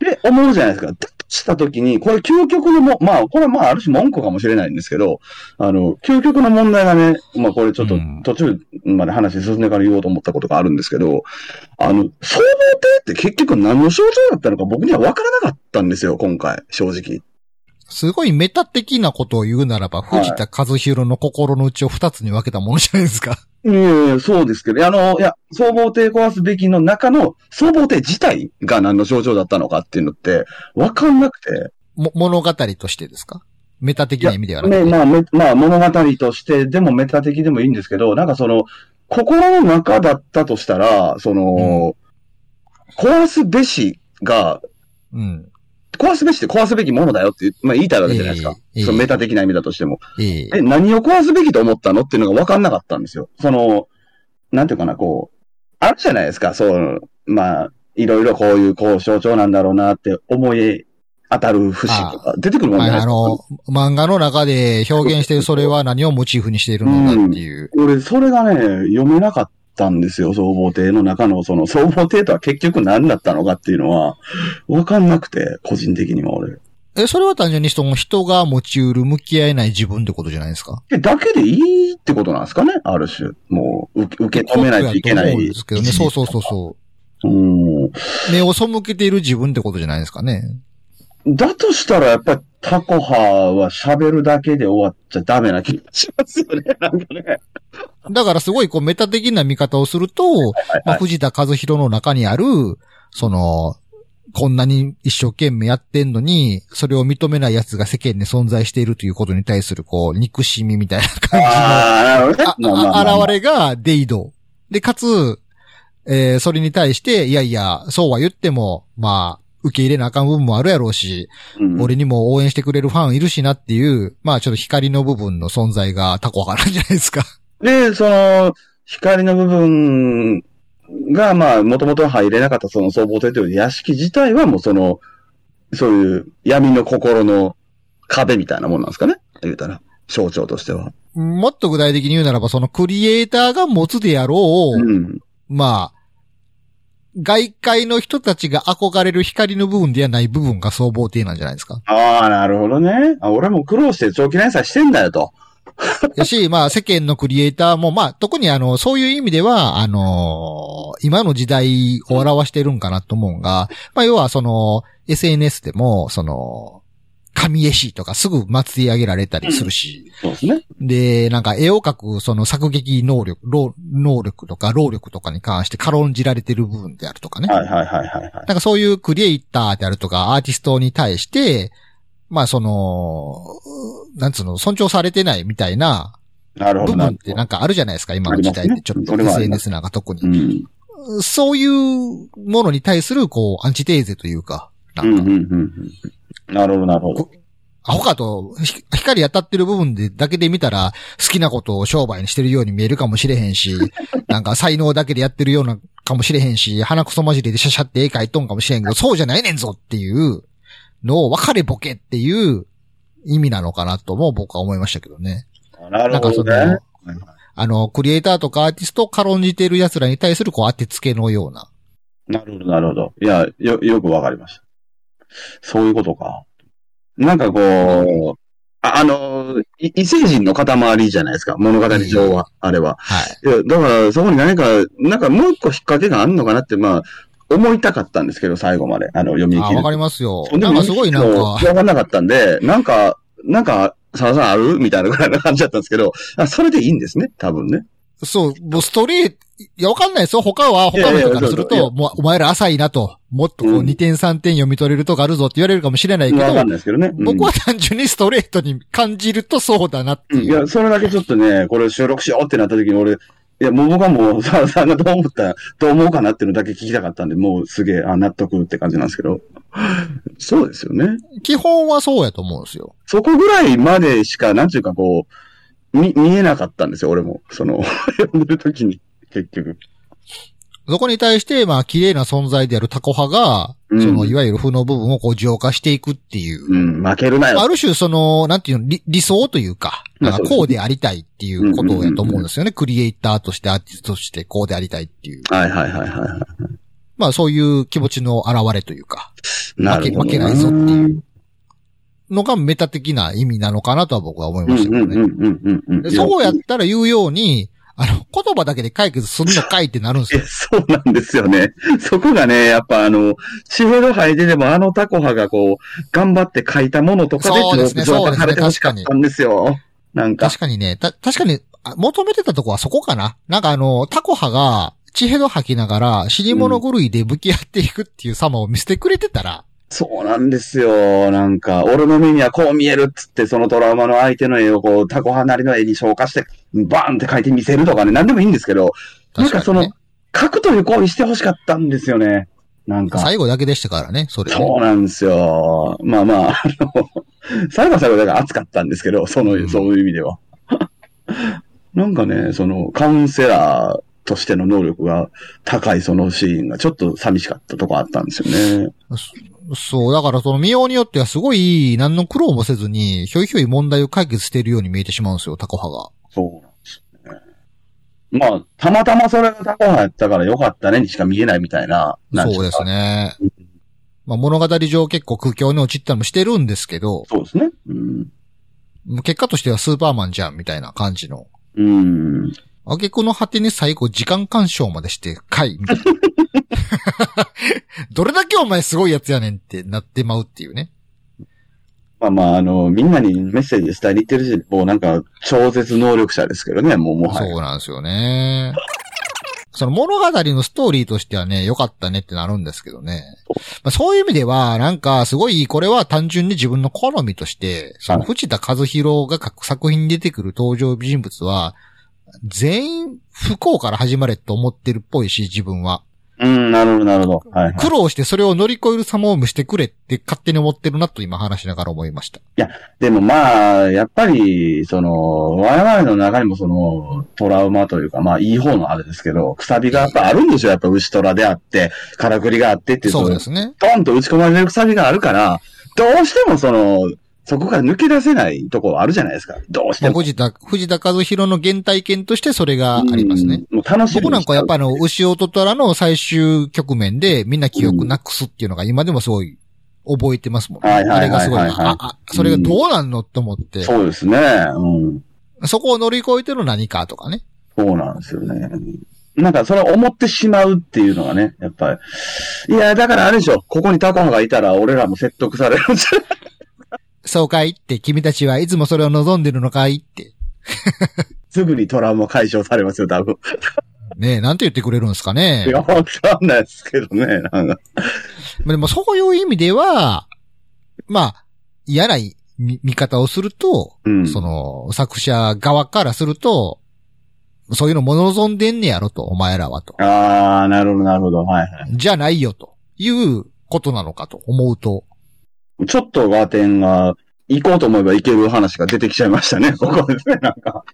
[SPEAKER 2] で、思うじゃないですか。だとしたときに、これ究極のも、まあ、これはまあ、ある種文句かもしれないんですけど、あの、究極の問題がね、まあ、これちょっと
[SPEAKER 1] うん
[SPEAKER 2] 途中まで話進んでから言おうと思ったことがあるんですけど、あの、総合体って結局何の象徴だったのか僕には分からなかったんですよ、今回、正直。
[SPEAKER 1] すごいメタ的なことを言うならば、
[SPEAKER 2] はい
[SPEAKER 1] 藤田和弘の心の内を二つに分けたものじゃないですか。
[SPEAKER 2] いやいやそうですけど、あの、いや、総合体壊すべきの中の、総合体自体が何の象徴だったのかっていうのって、分かんなくて、
[SPEAKER 1] も、物語としてですかメタ的な意味ではなく
[SPEAKER 2] ね、
[SPEAKER 1] て。
[SPEAKER 2] まあ、めまあ、物語として、でもメタ的でもいいんですけど、なんかその、心の中だったとしたら、その、壊すべしが、
[SPEAKER 1] うん。
[SPEAKER 2] 壊すべしって壊すべきものだよって、まあ言いたいわけじゃないですか。
[SPEAKER 1] ええ
[SPEAKER 2] そのメタ的な意味だとしても。
[SPEAKER 1] ええ
[SPEAKER 2] え、何を壊すべきと思ったのっていうのが分かんなかったんですよ。その、なんていうかな、こう、あるじゃないですか、そう、まあ、いろいろこういう、こう、象徴なんだろうなって思い当たる節とか、出てくるもんじゃ
[SPEAKER 1] はい、
[SPEAKER 2] ないで
[SPEAKER 1] あ
[SPEAKER 2] すか。
[SPEAKER 1] の、漫画の中で表現しているそれは何をモチーフにしているのかっていう。
[SPEAKER 2] 俺、それがね、読めなかったんですよ、総合艇の中の、そ の、総合艇とは結局何だったのかっていうのは、わかんなくて、個人的には俺。
[SPEAKER 1] え、それは単純にその人が持ち得る向き合えない自分ってことじゃないですか
[SPEAKER 2] え、だけでいいってことなんですかねある種。もう、受け受け止めないといけな
[SPEAKER 1] そうやと
[SPEAKER 2] い。。
[SPEAKER 1] 思うんですけどね。そうそうそうそう
[SPEAKER 2] うん。
[SPEAKER 1] う。目を背けている自分ってことじゃないですかね。
[SPEAKER 2] だとしたら、やっぱり、タコ派は喋るだけで終わっちゃダメな気がしますよね。なんかね。
[SPEAKER 1] だからすごいこうメタ的な見方をすると、まあ、藤田和弘の中にある、その、こんなに一生懸命やってんのに、それを認めない奴が世間に存在しているということに対する、こう、憎しみみたいな感じの
[SPEAKER 2] ああ、なるほどね
[SPEAKER 1] あ。
[SPEAKER 2] まあまあま
[SPEAKER 1] あ、
[SPEAKER 2] あ
[SPEAKER 1] 現れがデイド。で、かつ、えーそれに対して、いやいや、そうは言っても、まあ、受け入れなあかん部分もあるやろうし、
[SPEAKER 2] うん
[SPEAKER 1] 俺にも応援してくれるファンいるしなっていう、まあちょっと光の部分の存在がタコ派なんじゃないですか。
[SPEAKER 2] で、その、光の部分が、まあ、もともと入れなかったその総合帝という屋敷自体はもうその、そういう闇の心の壁みたいなもんなんですかね言うたら、象徴としては。
[SPEAKER 1] もっと具体的に言うならば、そのクリエイターが持つであろう、
[SPEAKER 2] うん。
[SPEAKER 1] まあ、外界の人たちが憧れる光の部分ではない部分が総合体なんじゃないですか。
[SPEAKER 2] ああ、なるほどね。あ俺も苦労して長期連載してんだよと。
[SPEAKER 1] やし、まあ世間のクリエイターも、まあ特にあの、そういう意味では、あのー今の時代を表してるんかなと思うんが、まあ要はその、SNS でも、その、神絵師とかすぐ祭り上げられたりするし、
[SPEAKER 2] そうですね。
[SPEAKER 1] で、なんか絵を描くその作劇能力、労能力とか労力とかに関して軽んじられてる部分であるとかね。
[SPEAKER 2] はいはいはいはい、はい。
[SPEAKER 1] なんかそういうクリエイターであるとか、アーティストに対して、まあその、なんつうの、尊重されてないみたいな
[SPEAKER 2] なるほ
[SPEAKER 1] 部
[SPEAKER 2] どな
[SPEAKER 1] 分っ
[SPEAKER 2] る
[SPEAKER 1] て
[SPEAKER 2] ほ
[SPEAKER 1] な
[SPEAKER 2] ど。
[SPEAKER 1] んかあるじゃないですか、今の時代って。ちょっ
[SPEAKER 2] あ
[SPEAKER 1] と
[SPEAKER 2] りますね
[SPEAKER 1] SNS なんか特
[SPEAKER 2] う
[SPEAKER 1] に。
[SPEAKER 2] ん。
[SPEAKER 1] そういうものに対する、こう、アンチテーゼというか、な
[SPEAKER 2] うんん
[SPEAKER 1] か、
[SPEAKER 2] うんうんうん。なるほどなるほど。
[SPEAKER 1] アホかと、ひ光当たってる部分でだけで見たら、好きなことを商売にしてるように見えるかもしれへん し、なんか才能だけでやってるようなかもしれへんし、鼻くそまじりでシャシャって絵描いとんかもしれんけど、そうじゃないねんぞっていうのを分かれボケっていう意味なのかなとも僕は思いましたけどね。
[SPEAKER 2] なる
[SPEAKER 1] なん
[SPEAKER 2] ほ
[SPEAKER 1] かそ
[SPEAKER 2] ど
[SPEAKER 1] の、
[SPEAKER 2] ね。
[SPEAKER 1] あの、クリエイターとかアーティストを軽んじている奴らに対するこう当てつけのような。
[SPEAKER 2] なるほど、なるほど。いや、よ、よくわかりました。そういうことか。なんかこう、ああの、い異星人の塊じゃないですか。物語上は、あれは。
[SPEAKER 1] はい。
[SPEAKER 2] いや、だから、そこに何か、なんかもう一個引っ掛けがあるのかなって、まあ、思いたかったんですけど、最後まで。あの、読み切
[SPEAKER 1] あ、
[SPEAKER 2] る
[SPEAKER 1] わ
[SPEAKER 2] と。
[SPEAKER 1] かりますよ。
[SPEAKER 2] で
[SPEAKER 1] な
[SPEAKER 2] も
[SPEAKER 1] んかすごいなん
[SPEAKER 2] わ
[SPEAKER 1] か、
[SPEAKER 2] かんなかったんで、なんか、なんか、さださんあるみたいなぐらいな感じだったんですけど、あそれでいいんですね、多分ね。
[SPEAKER 1] そう、もうストレート、いや、わかんないですよ。他は、他の人からする
[SPEAKER 2] いやい
[SPEAKER 1] と、
[SPEAKER 2] や
[SPEAKER 1] もう、お前ら浅いなと、もっとこ
[SPEAKER 2] う
[SPEAKER 1] うん2点3点読み取れるとこあるぞって言われるかもしれないけど、
[SPEAKER 2] わかんないですけどね。うん
[SPEAKER 1] 僕は単純にストレートに感じるとそうだなって
[SPEAKER 2] うんい
[SPEAKER 1] いう。
[SPEAKER 2] や、それだけちょっとね、これ収録しようってなった時に俺、いや、もう僕はもう、 ささんがどう思った、どう思うかなっていうのだけ聞きたかったんで、もうすげえ、あ、納得って感じなんですけど。そうですよね。
[SPEAKER 1] 基本はそうやと思うんですよ。
[SPEAKER 2] そこぐらいまでしか、なんていうかこう、見、見えなかったんですよ、俺も。その、読んでる時に、結局。
[SPEAKER 1] そこに対して、まあ、綺麗な存在であるタコ派が、
[SPEAKER 2] うん
[SPEAKER 1] その、いわゆる負の部分をこう、浄化していくっていう。
[SPEAKER 2] うん、負けるな
[SPEAKER 1] まああ
[SPEAKER 2] よ。
[SPEAKER 1] る種、その、なんていうの、理理想というか、
[SPEAKER 2] ま
[SPEAKER 1] な
[SPEAKER 2] あ
[SPEAKER 1] んか
[SPEAKER 2] そうですね
[SPEAKER 1] こうでありたいっていうことやと思うんですよね。クリエイターとして、アーティストとして、こうでありたいっていう。
[SPEAKER 2] はいはいはいはいはい。
[SPEAKER 1] まあそういう気持ちの表れというか、
[SPEAKER 2] なるほど
[SPEAKER 1] 負け負けないぞっていうのがメタ的な意味なのかなとは僕は思いましたけど
[SPEAKER 2] うんうん
[SPEAKER 1] ね。
[SPEAKER 2] うんうんうんうん。
[SPEAKER 1] でそうやっ
[SPEAKER 2] い
[SPEAKER 1] たら言うように、あの、言葉だけで解決すんのかいってなるんです
[SPEAKER 2] や
[SPEAKER 1] よ。
[SPEAKER 2] そうなんですよね。そこがね、やっぱあの、シフェルハイででもあのタコハがこう、頑張って書いたものとか
[SPEAKER 1] そうですね
[SPEAKER 2] で
[SPEAKER 1] そう
[SPEAKER 2] 浄
[SPEAKER 1] で
[SPEAKER 2] 化
[SPEAKER 1] すね
[SPEAKER 2] されてほしかったんですよ。なんか。
[SPEAKER 1] 確かにね、た、確かに、あ求めてたとこはそこかな。なんかあの、タコ派が、血ヘド吐きながら、死に物狂いで向き合っていくっていう様を見せてくれてたら、
[SPEAKER 2] そうなんですよ。なんか、俺の目にはこう見えるっつって、そのトラウマの相手の絵をこう、タコ離れの絵に消化して、バーンって書いて見せるとかね、なんでもいいんですけど、なん
[SPEAKER 1] 確
[SPEAKER 2] か
[SPEAKER 1] か
[SPEAKER 2] そ
[SPEAKER 1] に
[SPEAKER 2] の
[SPEAKER 1] ね。
[SPEAKER 2] 書くという行為してほしかったんですよね。なんか。
[SPEAKER 1] 最後だけでしたからね、それね。
[SPEAKER 2] そうなんですよ。まあまあ、あの、最後は最後だから熱かったんですけど、その、
[SPEAKER 1] うん
[SPEAKER 2] そういう意味では。 なんかね、その、カウンセラーとしての能力が高いそのシーンがちょっと寂しかったとこあったんですよね。
[SPEAKER 1] そそう、だからその見ようによってはすごい何の苦労もせずに、ひょいひょい問題を解決しているように見えてしまうんですよ、タコ派
[SPEAKER 2] そうなんですね。まあ、たまたまそれがタコハやったからよかったねにしか見えないみたいな。な
[SPEAKER 1] が。
[SPEAKER 2] んてい
[SPEAKER 1] そうで
[SPEAKER 2] か
[SPEAKER 1] す。ね。まあ物語上結構空境に陥ったりもしてるんですけど、
[SPEAKER 2] そうですね。うん。
[SPEAKER 1] もう結果としてはスーパーマンじゃん、みたいな感じの。
[SPEAKER 2] うん。
[SPEAKER 1] 挙句の果てに最後時間干渉までして、かい、み たいな。 どれだけお前すごいやつやねんってなってまうっていうね。
[SPEAKER 2] まあまあ、あの、みんなにメッセージ伝えに行ってるし、もうなんか、超絶能力者ですけどね、もうもはや。
[SPEAKER 1] そうなんですよね。その物語のストーリーとしてはね、良かったねってなるんですけどね。まあ、そういう意味では、なんか、すごい、これは単純に自分の好みとして、その
[SPEAKER 2] はい
[SPEAKER 1] 藤田和弘が各作品に出てくる登場人物は、全員不幸から始まれと思ってるっぽいし、自分は。
[SPEAKER 2] うん、なるほど、なるほど。はい、はい。
[SPEAKER 1] 苦労してそれを乗り越える様を見せてくれって勝手に思ってるなと今話しながら思いました。
[SPEAKER 2] でもまあ、やっぱり、その、我々の中にもその、トラウマというか、まあ、いい方のあれですけど、くさびがやっぱあるんでしょやっぱ牛トラであって、からくりがあってっていう、
[SPEAKER 1] そう
[SPEAKER 2] の
[SPEAKER 1] ですね。
[SPEAKER 2] ドンと打ち込まれるくさびがあるから、どうしてもその、そこから抜け出せないところあるじゃないですか。どうして
[SPEAKER 1] まあ
[SPEAKER 2] も。
[SPEAKER 1] 藤田、藤田和弘の原体験としてそれがありますね。
[SPEAKER 2] うん。もう楽しみにしちゃう
[SPEAKER 1] 僕なんかやっぱあの、牛音虎の最終局面でみんな記憶なくすっていうのが今でもすごい覚えてますもんね。
[SPEAKER 2] はい
[SPEAKER 1] あ
[SPEAKER 2] は
[SPEAKER 1] れ
[SPEAKER 2] い
[SPEAKER 1] が
[SPEAKER 2] は
[SPEAKER 1] す
[SPEAKER 2] い
[SPEAKER 1] ごい、
[SPEAKER 2] はいはい
[SPEAKER 1] あ、あ、それがどうなんのと思って、
[SPEAKER 2] そうですね。うん。
[SPEAKER 1] そこを乗り越えての何かとかね。
[SPEAKER 2] そうなんですよね。なんか、それを思ってしまうっていうのがね、やっぱり。いや、だからあれでしょ、ここにタコハがいたら俺らも説得されるん じゃない
[SPEAKER 1] そうかいって、君たちはいつもそれを望んでるのかいって。
[SPEAKER 2] すぐにトラウマ解消されますよ、多分。
[SPEAKER 1] ねえ、なんて言ってくれるんですかね。
[SPEAKER 2] いや、わかんないですけどね、なんか。
[SPEAKER 1] まあでもそういう意味では、まあ、嫌な見見方をすると、
[SPEAKER 2] うん。
[SPEAKER 1] その、作者側からすると、そういうのも望んでんねやろと、お前らはと。
[SPEAKER 2] あー、なるほど、なるほど。はいは
[SPEAKER 1] じゃないよということなのかと思うと、
[SPEAKER 2] い。ちょっとガーテンが、行こうと思えば行ける話が出てきちゃいましたね、ここですね、なんか。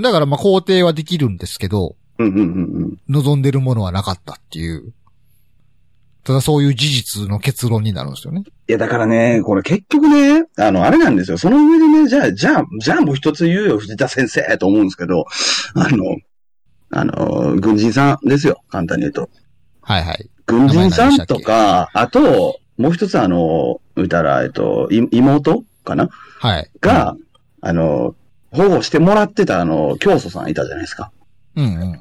[SPEAKER 1] だからまあ肯定はできるんですけど、
[SPEAKER 2] うんうんうん
[SPEAKER 1] 望んでるものはなかったっていう、ただそういう事実の結論になるんですよね。
[SPEAKER 2] いや、だからね、これ結局ね、あの、あれなんですよ。その上でね、じゃあ、じゃあ、じゃあもう一つ言うよ、藤田先生と思うんですけど、あの、あの、軍人さんですよ、簡単に言うと。
[SPEAKER 1] はいはい。
[SPEAKER 2] 軍人さんとか、あと、もう一つあの、言うたら、えっと、い妹かな
[SPEAKER 1] はい。
[SPEAKER 2] が、あの、保護してもらってたあの、教祖さんいたじゃないですか。
[SPEAKER 1] うんうん。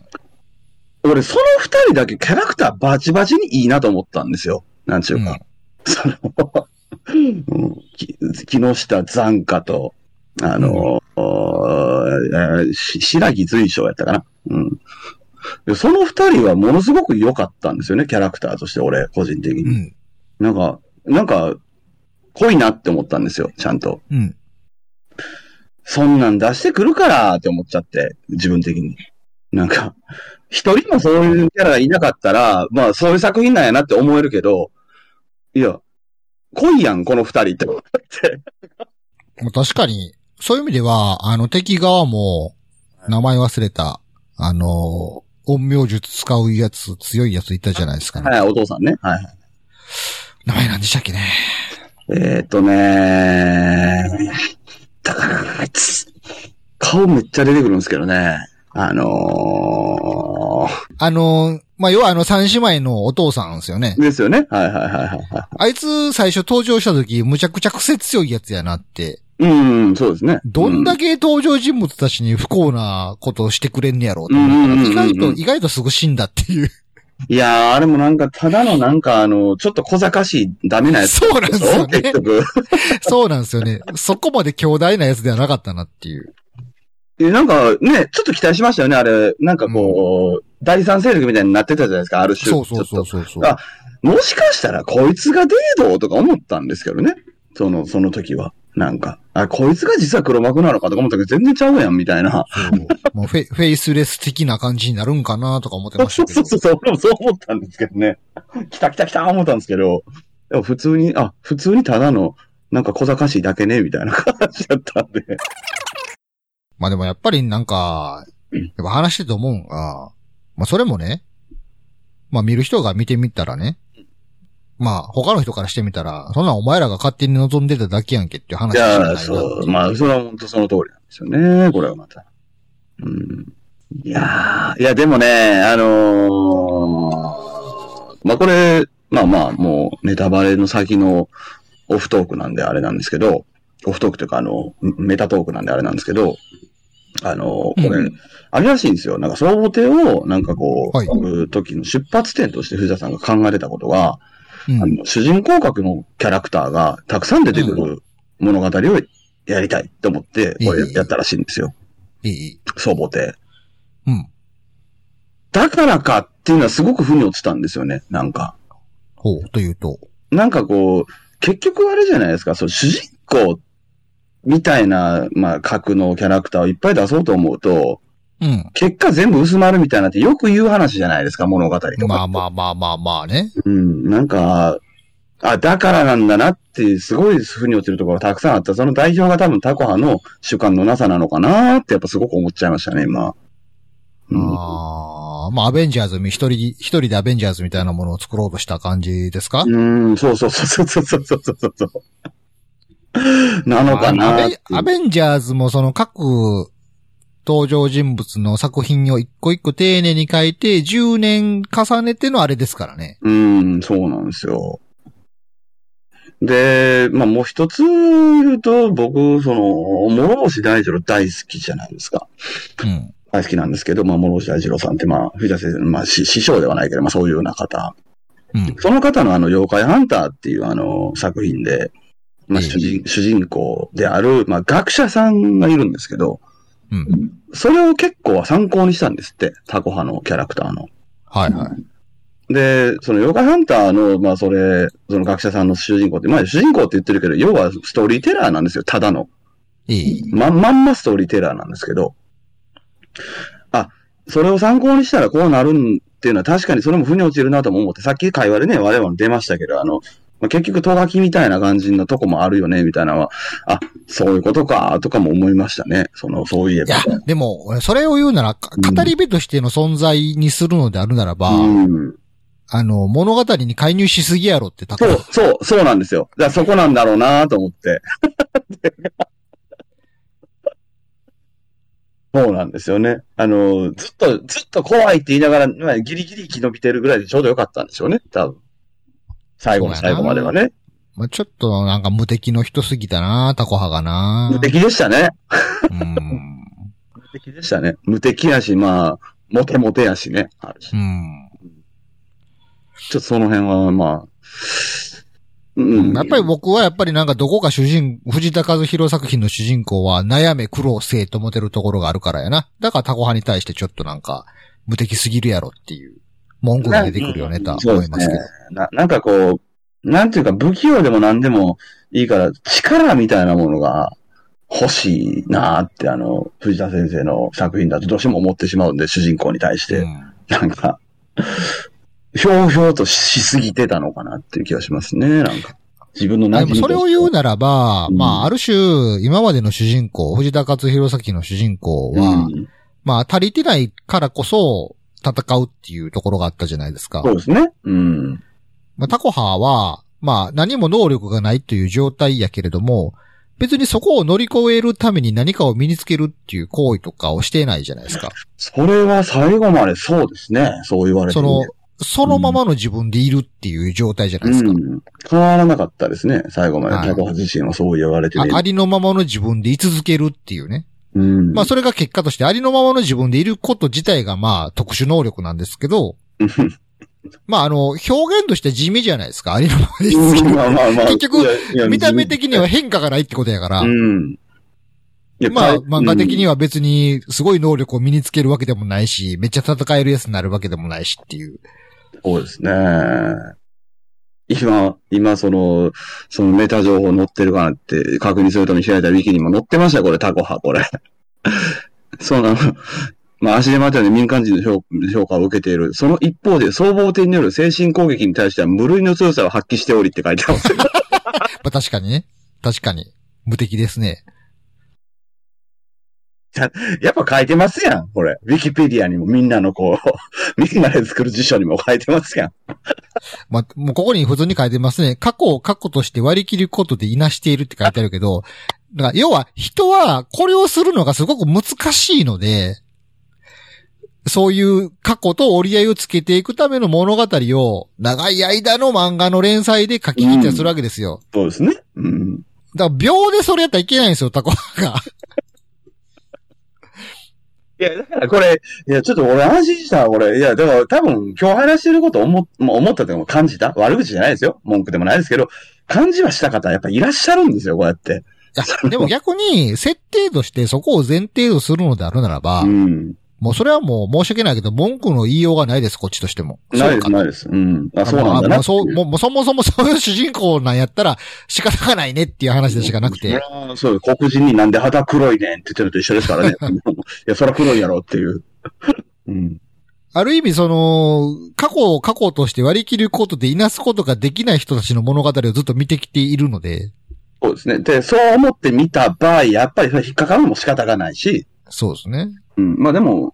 [SPEAKER 2] 俺、その二人だけキャラクターバチバチにいいなと思ったんですよ。なんちゅうか。
[SPEAKER 1] うん
[SPEAKER 2] その、うんき 木下残花と、あの、おーえーし白木随将やったかな。うん。でその二人はものすごく良かったんですよね、キャラクターとして、俺、個人的に。
[SPEAKER 1] うん。
[SPEAKER 2] なんか、なんか、濃いなって思ったんですよ、ちゃんと。
[SPEAKER 1] うん。
[SPEAKER 2] そんなん出してくるからって思っちゃって、自分的に。なんか、一人もそういうキャラがいなかったら、まあそういう作品なんやなって思えるけど、いや、濃いやん、この二人って。
[SPEAKER 1] まあ確かに、そういう意味では、あの敵側も、名前忘れた、あの、陰陽術使うやつ、強いやついたじゃないですか、ね。
[SPEAKER 2] はい、お父さんね。はい。
[SPEAKER 1] 名前なんでしたっけね。
[SPEAKER 2] えーっ、とねだから、あいつ、顔めっちゃ出てくるんですけどね。あの
[SPEAKER 1] あの、まあ、要はあの三姉妹のお父さんですよね。
[SPEAKER 2] ですよね。はいはいはいはいは
[SPEAKER 1] あいつ最初登場した時、むちゃくちゃ癖強いやつやなって。
[SPEAKER 2] い。うんうん、そうですね。
[SPEAKER 1] どんだけ登場人物たちに不幸なことをしてくれんねやろうと思ったら
[SPEAKER 2] うんうんうん
[SPEAKER 1] 意外
[SPEAKER 2] うん
[SPEAKER 1] と、意外とすぐ死んだっていう。
[SPEAKER 2] いやー、あれもなんか、ただのなんか、あの、ちょっと小賢しい、ダメなやつ。
[SPEAKER 1] そうなんですよね
[SPEAKER 2] 結局。
[SPEAKER 1] そうなんですよね。そこまで強大なやつではなかったなっていう。
[SPEAKER 2] えなんか、ね、ちょっと期待しましたよね、あれ。なんかこう、第三勢力みたいになってたじゃないですか、ある種。
[SPEAKER 1] そうそうそう
[SPEAKER 2] ち
[SPEAKER 1] そうそう。
[SPEAKER 2] あょっともしかしたら、こいつがデードとか思ったんですけどね。その、その時は。なんか、あ、こいつが実は黒幕なのかとか思ったけど、全然ちゃうやん、みたいな。
[SPEAKER 1] そうもうフェフェイスレス的な感じになるんかなとか思って
[SPEAKER 2] そう
[SPEAKER 1] ました
[SPEAKER 2] そ
[SPEAKER 1] け
[SPEAKER 2] う
[SPEAKER 1] ど。
[SPEAKER 2] そうそう、俺もそう思ったんですけどね。来た来た来た思ったんですけど、でも普通に、あ、普通にただの、なんか小賢しいだけね、みたいな感じだったんで。
[SPEAKER 1] まあでもやっぱりなんか、やっぱ話してて思うんが、まあそれもね、まあ見る人が見てみたらね、まあ他の人からしてみたら、そんなんお前らが勝手に望んでただけやんけっていう話
[SPEAKER 2] い
[SPEAKER 1] じゃない
[SPEAKER 2] や
[SPEAKER 1] な
[SPEAKER 2] ー、
[SPEAKER 1] って
[SPEAKER 2] そう。まあ、それは本当その通りなんですよね、これはまた。うん。いやー、いや、でもね、あのーまあこれ、まあまあ、もう、ネタバレの先のオフトークなんであれなんですけど、オフトークというか、あの、メタトークなんであれなんですけど、あのーこれ、
[SPEAKER 1] うん
[SPEAKER 2] あれらしいんですよ。なんか、総合亭を、なんかこう、
[SPEAKER 1] はい
[SPEAKER 2] う時の出発点として藤田さんが考えてたことが、
[SPEAKER 1] うん
[SPEAKER 2] あの主人公格のキャラクターがたくさん出てくる物語をやりたいと思って、
[SPEAKER 1] うん
[SPEAKER 2] これ
[SPEAKER 1] いい
[SPEAKER 2] やったらしいんですよ。
[SPEAKER 1] いい
[SPEAKER 2] 総合亭。
[SPEAKER 1] うん。
[SPEAKER 2] だからかっていうのはすごく腑に落ちたんですよね、なんか。
[SPEAKER 1] ほう、というと。
[SPEAKER 2] なんかこう、結局あれじゃないですか、そう、主人公みたいな、まあ、格のキャラクターをいっぱい出そうと思うと、
[SPEAKER 1] うん。
[SPEAKER 2] 結果全部薄まるみたいなってよく言う話じゃないですか、物語とかって。
[SPEAKER 1] まあまあまあまあまあね。
[SPEAKER 2] うん、なんか、あ、だからなんだなって、すごい腑に落ちるところがたくさんあった。その代表が多分タコ派の主観のなさなのかなって、やっぱすごく思っちゃいましたね、今。うん、
[SPEAKER 1] ああ、まあアベンジャーズみ、一人、一人でアベンジャーズみたいなものを作ろうとした感じですか
[SPEAKER 2] うんそうそうそうそうそうそうそうそうそう。なのか
[SPEAKER 1] まあア
[SPEAKER 2] な
[SPEAKER 1] ベ
[SPEAKER 2] っ
[SPEAKER 1] ン
[SPEAKER 2] ていう
[SPEAKER 1] アベンジャーズもその各登場人物の作品を一個一個丁寧に書いて、10年重ねてのあれですからね。
[SPEAKER 2] うん、そうなんですよ。で、まあもう一つ言うと、僕、その、諸星大二郎大好きじゃないですか。
[SPEAKER 1] うん。
[SPEAKER 2] 大好きなんですけど、まあ、諸星大二郎さんって、まあ、藤田先生の、まあ、し師匠ではないけど、まあ、そういうような方。
[SPEAKER 1] うん。
[SPEAKER 2] その方のあの、妖怪ハンターっていうあの、作品で、まあ、
[SPEAKER 1] ええ
[SPEAKER 2] 主人、主人公である、まあ、学者さんがいるんですけど、
[SPEAKER 1] うん。
[SPEAKER 2] それを結構参考にしたんですって、タコ派のキャラクターの。
[SPEAKER 1] はいはい。
[SPEAKER 2] で、その妖怪ハンターの、まあ、それ、その学者さんの主人公って、まあ、主人公って言ってるけど、要はストーリーテラーなんですよ、ただの。
[SPEAKER 1] いい。
[SPEAKER 2] ま、まんまストーリーテラーなんですけど、あ、それを参考にしたらこうなるんっていうのは確かにそれも腑に落ちるなとも思って、さっき会話でね、我々も出ましたけど、あの、まあ、結局、とがきみたいな感じのとこもあるよね、みたいなのは、あ、そういうことか、とかも思いましたね。その、そういえ
[SPEAKER 1] いや
[SPEAKER 2] ば。、
[SPEAKER 1] でも、それを言うなら、か
[SPEAKER 2] うん
[SPEAKER 1] 語り部としての存在にするのであるならば、
[SPEAKER 2] うん、
[SPEAKER 1] あの、物語に介入しすぎやろって、た
[SPEAKER 2] そう、そう、そうなんですよ。だからそこなんだろうなと思って。 そうなんですよね。あの、ずっと、ずっと怖いって言いながら、まあギリギリ生き延びてるぐらいでちょうどよかったんでしょうね、多分。最後の
[SPEAKER 1] そうや
[SPEAKER 2] 最
[SPEAKER 1] な
[SPEAKER 2] 後まではね。
[SPEAKER 1] まあ、ちょっとなんか無敵の人すぎたな、タコ派がな。
[SPEAKER 2] 無敵でしたね。
[SPEAKER 1] うん。
[SPEAKER 2] 無敵でしたね。無敵やし、まあ、モテモテやしね。あるし
[SPEAKER 1] う。ん。
[SPEAKER 2] ちょっとその辺は、まあ、うん。
[SPEAKER 1] やっぱり僕はやっぱりなんかどこか主人、藤田和弘作品の主人公は悩め苦労せえと思ってるところがあるからやな。だからタコ派に対してちょっとなんか無敵すぎるやろっていう文句が出てくるよねとは
[SPEAKER 2] そう
[SPEAKER 1] 思
[SPEAKER 2] で
[SPEAKER 1] い
[SPEAKER 2] す
[SPEAKER 1] ますけ
[SPEAKER 2] ね
[SPEAKER 1] ど。。
[SPEAKER 2] ななんかこう、なんていうか不器用でも何でもいいから、力みたいなものが欲しいなーって、あの、藤田先生の作品だとどうしても思ってしまうんで、主人公に対して。
[SPEAKER 1] うん
[SPEAKER 2] なんか、ひょうひょうとしすぎてたのかなっていう気がしますね、なんか。自分の
[SPEAKER 1] で
[SPEAKER 2] 馴
[SPEAKER 1] も
[SPEAKER 2] 染み
[SPEAKER 1] それを言うならば、
[SPEAKER 2] うん
[SPEAKER 1] まあある種今までの主人公、藤田和弘作品の主人公は、
[SPEAKER 2] うん
[SPEAKER 1] まあ足りてないからこそ戦うっていうところがあったじゃないですか
[SPEAKER 2] そ。うですね。うん。
[SPEAKER 1] まあ、タコハーは、まあ何も能力がないという状態やけれども、別にそこを乗り越えるために何かを身につけるっていう行為とかをしてないじゃないですか。
[SPEAKER 2] それは最後までそうですね。そう言われて
[SPEAKER 1] そ
[SPEAKER 2] みれば
[SPEAKER 1] の、そのままの自分でいるっていう状態じゃないですか。
[SPEAKER 2] うん。変わらなかったですね。最後まで。
[SPEAKER 1] はい
[SPEAKER 2] タコハ自身はそう言われて
[SPEAKER 1] あ
[SPEAKER 2] て。
[SPEAKER 1] ありのままの自分で居続けるっていうね。
[SPEAKER 2] うん。
[SPEAKER 1] まあそれが結果としてありのままの自分でいること自体がまあ特殊能力なんですけど、まああの、表現として地味じゃないですか。ありのままで居続ける。
[SPEAKER 2] まあまあまあ。
[SPEAKER 1] 結局
[SPEAKER 2] いやいや
[SPEAKER 1] 見た目的には変化がないってことやから、
[SPEAKER 2] うん。いや
[SPEAKER 1] まあ漫画的に
[SPEAKER 2] は。
[SPEAKER 1] は別にすごい能力を身につけるわけでもないし、めっちゃ戦えるやつになるわけでもないしっていう。
[SPEAKER 2] そうですね。今、今、その、そのメタ情報載ってるかなって確認するために開いたウィキにも載ってましたよ、これ、タコ派、これ。 そうなの。まあ、足手まといで民間人の評評価を受けている。その一方で、総合点による精神攻撃に対しては無類の強さを発揮しておりって書いてある。
[SPEAKER 1] まあ確かにね。確かに。無敵ですね。
[SPEAKER 2] やっぱ書いてますやん、これ。ウィキペディアにもみんなのこう、みんなで作る辞書にも書いてますやん。
[SPEAKER 1] まあ、もうここに普通に書いてますね。過去を過去として割り切ることでいなしているって書いてあるけど、だから要は人はこれをするのがすごく難しいので、そういう過去と折り合いをつけていくための物語を長い間の漫画の連載で書き切ったりするわけですよ。
[SPEAKER 2] そうですね。うん。
[SPEAKER 1] だから秒でそれやったらいけないんですよ、タコが。
[SPEAKER 2] いや、だからこれ、いや、ちょっと俺安心したわ、これ。いや、だから多分今日話してること思っ、もう思ったというかもう感じた悪口じゃないですよ。文句でもないですけど、感じはした方やっぱいらっしゃるんですよ、こうやって。
[SPEAKER 1] いやでも逆に設定としてそこを前提とするのであるならば、
[SPEAKER 2] うん。
[SPEAKER 1] もうそれはもう申し訳ないけど、文句の言いようがないです、こっちとしても。
[SPEAKER 2] ない
[SPEAKER 1] そう
[SPEAKER 2] です、
[SPEAKER 1] か
[SPEAKER 2] ないです。うん。あ、
[SPEAKER 1] あ
[SPEAKER 2] そうなんだ
[SPEAKER 1] まあ
[SPEAKER 2] な
[SPEAKER 1] まあ
[SPEAKER 2] ってい
[SPEAKER 1] そう、もう、もうそもそもそういう主人公なんやったら仕方がないねっていう話でしかなく
[SPEAKER 2] い
[SPEAKER 1] て
[SPEAKER 2] や。ーそう、黒人になんで肌黒いねんって言ってるのと一緒で すからね。いや、そら黒いやろっていう。うん。
[SPEAKER 1] ある意味その、過去を過去として割り切ることでいなすことができない人たちの物語をずっと見てきているので、
[SPEAKER 2] そうですね。で、そう思ってみた場合、やっぱりそれ引っかかるのも仕方がないし、
[SPEAKER 1] そうですね。
[SPEAKER 2] うん、まあでも、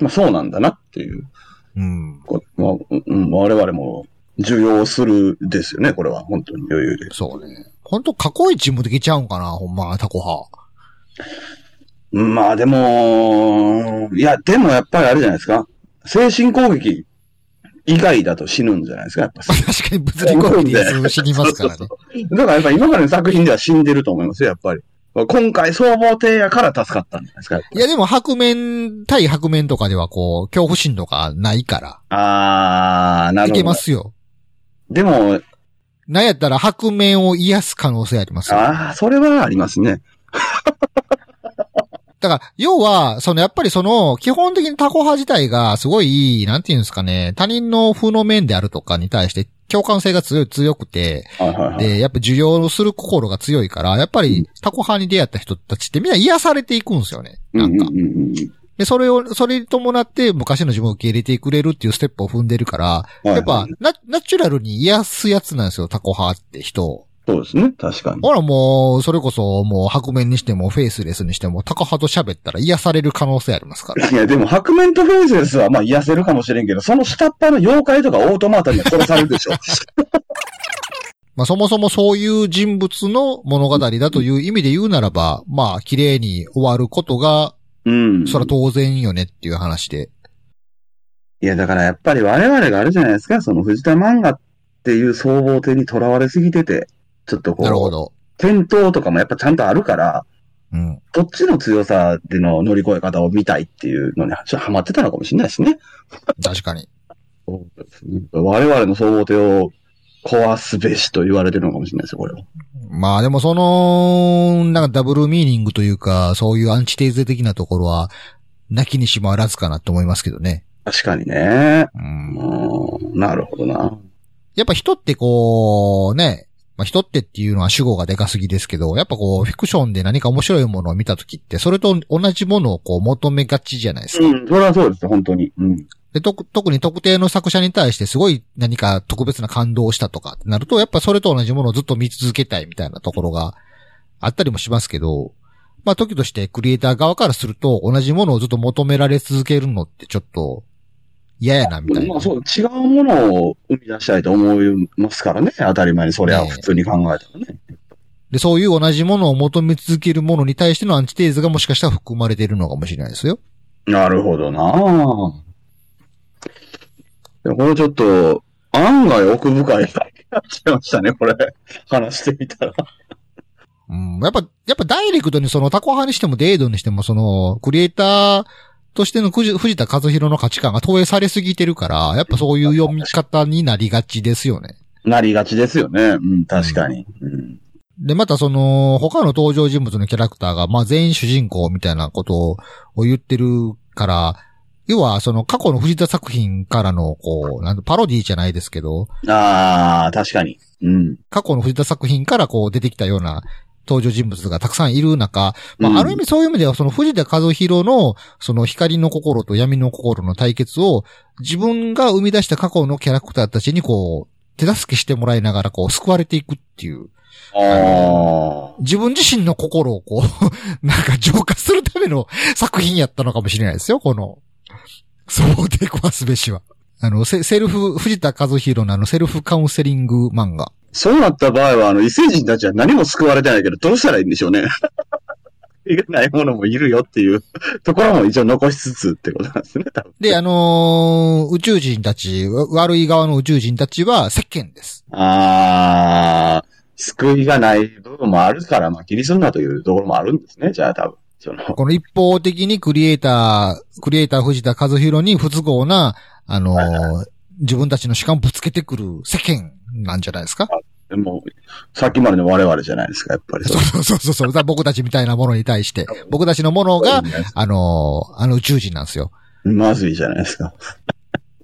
[SPEAKER 2] まあそうなんだなっていう
[SPEAKER 1] うん。
[SPEAKER 2] こ、まあうん、我々も重要するですよね、これは、本当に余裕で。
[SPEAKER 1] そうね。ほんと過去一もできちゃうんかな、ほんま、タコ派。
[SPEAKER 2] うんまあでも、いや、でもやっぱりあれじゃないですか。精神攻撃以外だと死ぬんじゃないですか、やっぱ。
[SPEAKER 1] 確かに物理攻撃で死にますから
[SPEAKER 2] そ
[SPEAKER 1] ね
[SPEAKER 2] う。そうそうだからやっぱ今までの作品では死んでると思いますよ、やっぱり。今回、総合艇やから助かったんじゃないですか。やっぱり
[SPEAKER 1] いやでも白面、対白面とかではこう、恐怖心とかないか
[SPEAKER 2] あー、な
[SPEAKER 1] ら、い
[SPEAKER 2] るほど。
[SPEAKER 1] けますよ。
[SPEAKER 2] でも、
[SPEAKER 1] なんやったら白面を癒す可能性ありますよ。
[SPEAKER 2] ああ、それはありますね。
[SPEAKER 1] だから、要は、そのやっぱりその、基本的にタコ派自体がすごい、なんていうんですかね、他人の負の面であるとかに対して共感性が強い、強くて、
[SPEAKER 2] はいはいはい。
[SPEAKER 1] で、やっぱ受容する心が強いから、やっぱりタコ派に出会った人たちってみんな癒されていくんですよね。なんか
[SPEAKER 2] う。んうんうん
[SPEAKER 1] で、それを、それに伴って昔の自分を受け入れてくれるっていうステップを踏んでるから、
[SPEAKER 2] うん、
[SPEAKER 1] やっ
[SPEAKER 2] はい
[SPEAKER 1] ぱ
[SPEAKER 2] はい、
[SPEAKER 1] ナ、ナチュラルに癒すやつなんですよ、タコ派って人を。
[SPEAKER 2] そうですね、確かに。
[SPEAKER 1] ほらもう、それこそもう白面にしてもフェイスレスにしてもタコ派と喋ったら癒される可能性ありますから。
[SPEAKER 2] いや、でも、白面とフェイセスは、まあ、癒せるかもしれんけど、その下っ端の妖怪とかオートマータには殺されるでし ょ。
[SPEAKER 1] まあそもそもそういう人物の物語だという意味で言うならば、まあ綺麗に終わることが、
[SPEAKER 2] うん。
[SPEAKER 1] そら当然よねっていう話で。
[SPEAKER 2] いや、だからやっぱり我々があるじゃないですか、その藤田漫画っていう総合点にとらわれすぎてて、ちょっとこう、
[SPEAKER 1] なるほど。
[SPEAKER 2] 転倒とかもやっぱちゃんとあるから、
[SPEAKER 1] うん。
[SPEAKER 2] どっちの強さでの乗り越え方を見たいっていうのに、ちょっとハマってたのかもしれないですね。
[SPEAKER 1] 確かに。
[SPEAKER 2] そうですね我々の総合体を壊すべしと言われてるのかもしれないですよ、これは。
[SPEAKER 1] まあでもその、なんかダブルミーニングというか、そういうアンチテーゼ的なところは、泣きにしもあらずかなと思いますけどね。
[SPEAKER 2] 確かにね。
[SPEAKER 1] うん。
[SPEAKER 2] うん、なるほどな。
[SPEAKER 1] やっぱ人ってこう、ね、まあ、人ってっていうのは主語がでかすぎですけど、やっぱこう、フィクションで何か面白いものを見たときって、それと同じものをこう、求めがちじゃないですか。
[SPEAKER 2] うん、それはそうです、本当に。うん。
[SPEAKER 1] で、と、特に特定の作者に対してすごい何か特別な感動をしたとかってなると、やっぱそれと同じものをずっと見続けたいみたいなところがあったりもしますけど、まあ時としてクリエイター側からすると同じものをずっと求められ続けるのってちょっと嫌やなみたいな。
[SPEAKER 2] まあそう、違うものを生み出したいと思いますからね。当たり前に、それは普通に考えたらね。
[SPEAKER 1] で、そういう同じものを求め続けるものに対してのアンチテーズがもしかしたら含まれているのかもしれないですよ。
[SPEAKER 2] なるほどなでもこれちょっと、案外奥深い感じになっちゃいましたね、これ。話してみたら。
[SPEAKER 1] うん、やっぱ、やっぱダイレクトにそのタコ派にしてもデイドにしてもその、クリエイターとしての藤藤田和弘の価値観が投影されすぎてるから、やっぱそういう読み方になりがちですよね。
[SPEAKER 2] なりがちですよね。うん、確かに。うん。
[SPEAKER 1] で、またその、他の登場人物のキャラクターが、まあ全員主人公みたいなことを言ってるから、要はその過去の藤田作品からの、こう、なんパロディじゃないですけど、
[SPEAKER 2] ああ、確かに。うん。
[SPEAKER 1] 過去の藤田作品からこう出てきたような登場人物がたくさんいる中、ま
[SPEAKER 2] うん
[SPEAKER 1] あある意味そういう意味ではその藤田和弘のその光の心と闇の心の対決を自分が生み出した過去のキャラクターたちにこう、手助けしてもらいながらこう救われていくっていう。
[SPEAKER 2] ああ。
[SPEAKER 1] 自分自身の心をこう、 なんか浄化するための作品やったのかもしれないですよ、この、想定壊すべしは。あの、セセルフ、藤田和弘のあの、セルフカウンセリング漫画。
[SPEAKER 2] そうなった場合は、あの、異星人たちは何も救われてないけど、どうしたらいいんでしょうね。いらないものもいるよっていう ところも一応残しつつってことなんですね、多分。
[SPEAKER 1] で、あのー宇宙人たち、わ悪い側の宇宙人たちは石鹸です。
[SPEAKER 2] ああ、救いがない部分もあるから、まあ、気にするなというところもあるんですね、じゃあ多分。その、
[SPEAKER 1] この一方的にクリエイター、クリエイター藤田和弘に不都合な、あのー自分たちの主観をぶつけてくる世間なんじゃないですか
[SPEAKER 2] でもさっきまでの我々じゃないですか、やっぱり。
[SPEAKER 1] そうそうそうそうそう。だから僕たちみたいなものに対して、僕たちのものが、あのーあの宇宙人なんですよ。
[SPEAKER 2] まずいじゃないですか。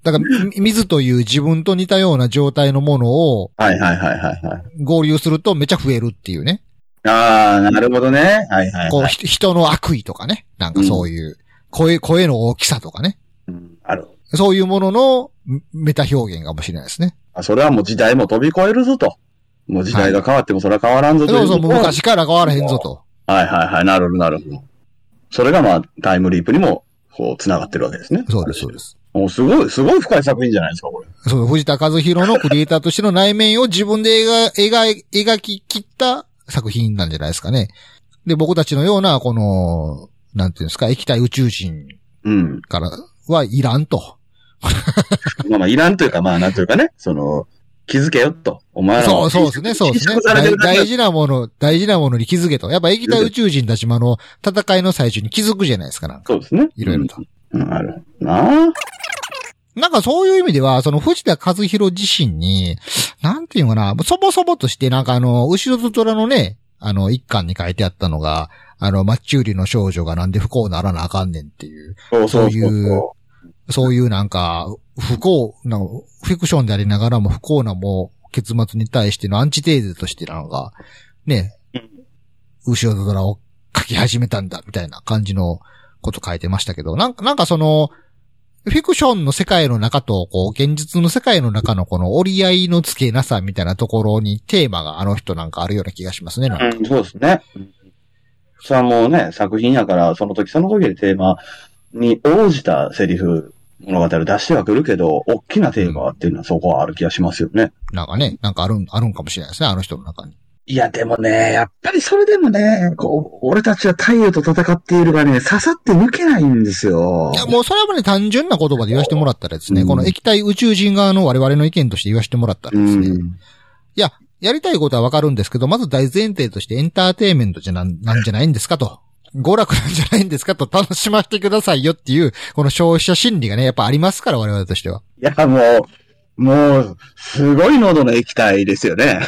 [SPEAKER 1] だから、み水という自分と似たような状態のものを
[SPEAKER 2] はいはいはいはいはい。
[SPEAKER 1] 合流するとめちゃ増えるっていうね。
[SPEAKER 2] ああ、なるほどね。はいはい、
[SPEAKER 1] こう、
[SPEAKER 2] はい。
[SPEAKER 1] ひ人の悪意とかね。なんかそういう、声、声の大きさとかね。
[SPEAKER 2] うんある。
[SPEAKER 1] そういうもののメメタ表現かもしれないですね。
[SPEAKER 2] あそれはもう時代も飛び越えるぞと。もう時代が変わってもそれは変わらんぞとい
[SPEAKER 1] そう
[SPEAKER 2] う
[SPEAKER 1] そう、
[SPEAKER 2] と
[SPEAKER 1] も
[SPEAKER 2] こ
[SPEAKER 1] う
[SPEAKER 2] ろ。
[SPEAKER 1] 昔から変わらへんぞと。
[SPEAKER 2] はいはいはい。なるほどなるほど。それがまあ、タイムリープにも、こう、繋がってるわけですね。
[SPEAKER 1] そうです、そうです。
[SPEAKER 2] もうすごい、すごい深い作品じゃないですか、これ。
[SPEAKER 1] そう、藤田和弘のクリエイターとしての内面を自分で描描い描き切った作品なんじゃないですかね。で、僕たちのような、この、なんていうんですか、液体宇宙人
[SPEAKER 2] うん。
[SPEAKER 1] からはいらんと。
[SPEAKER 2] まあまあ、いらんというか、まあ、なんというかね、その、気づけよと。お前ら
[SPEAKER 1] そう
[SPEAKER 2] は
[SPEAKER 1] そうですね、そうですね
[SPEAKER 2] 萎縮されて
[SPEAKER 1] 大。
[SPEAKER 2] るだけだ
[SPEAKER 1] 大事なもの、大事なものに気づけと。やっぱ液体宇宙人たちもあの、戦いの最中に気づくじゃないですか、なんか。
[SPEAKER 2] そうですね。
[SPEAKER 1] いろいろと。
[SPEAKER 2] うん。うん、ある。なあ。
[SPEAKER 1] なんかそういう意味では、その藤田和弘自身に、なんていうのかな、そもそもとしてなんかあの、後ろと虎のね、あの、一巻に書いてあったのが、あの、マッチ売りの少女がなんで不幸ならなあかんねんっていう、
[SPEAKER 2] そうそう
[SPEAKER 1] そういう
[SPEAKER 2] そ
[SPEAKER 1] そういうなんか、不幸な、フィクションでありながらも不幸なもう結末に対してのアンチテーゼとしてなんか、ね
[SPEAKER 2] うん、
[SPEAKER 1] 後ろと虎を書き始めたんだ、みたいな感じのこと書いてましたけど、なんか、なんかその、フィクションの世界の中と、こう、現実の世界の中のこの折り合いのつけなさみたいなところにテーマがあの人なんかあるような気がしますね。なんか
[SPEAKER 2] うん、そうですね。それはもうね、作品やから、その時その時でテーマに応じたセリフ、物語を出してはくるけど、大きなテーマっていうのはそこはある気がしますよね。
[SPEAKER 1] なんかね、なんかあるん、あるんかもしれないですね、あの人の中に。
[SPEAKER 2] いや、でもね、やっぱりそれでもね、こう、俺たちは太陽と戦っているがね、刺さって抜けないんですよ
[SPEAKER 1] いや、もうそれはね、単純な言葉で言わせてもらったらですね、
[SPEAKER 2] うん
[SPEAKER 1] この液体宇宙人側の我々の意見として言わせてもらったら
[SPEAKER 2] う
[SPEAKER 1] ですね、
[SPEAKER 2] ん。
[SPEAKER 1] やりたいことはわかるんですけど、まず大前提としてエンターテインメントじゃなん、 なんじゃないんですかと。娯楽なんじゃないんですかと楽しませてくださいよっていう、この消費者心理がね、やっぱありますから、我々としては。
[SPEAKER 2] いや、もう、もう、すごい喉の液体ですよね。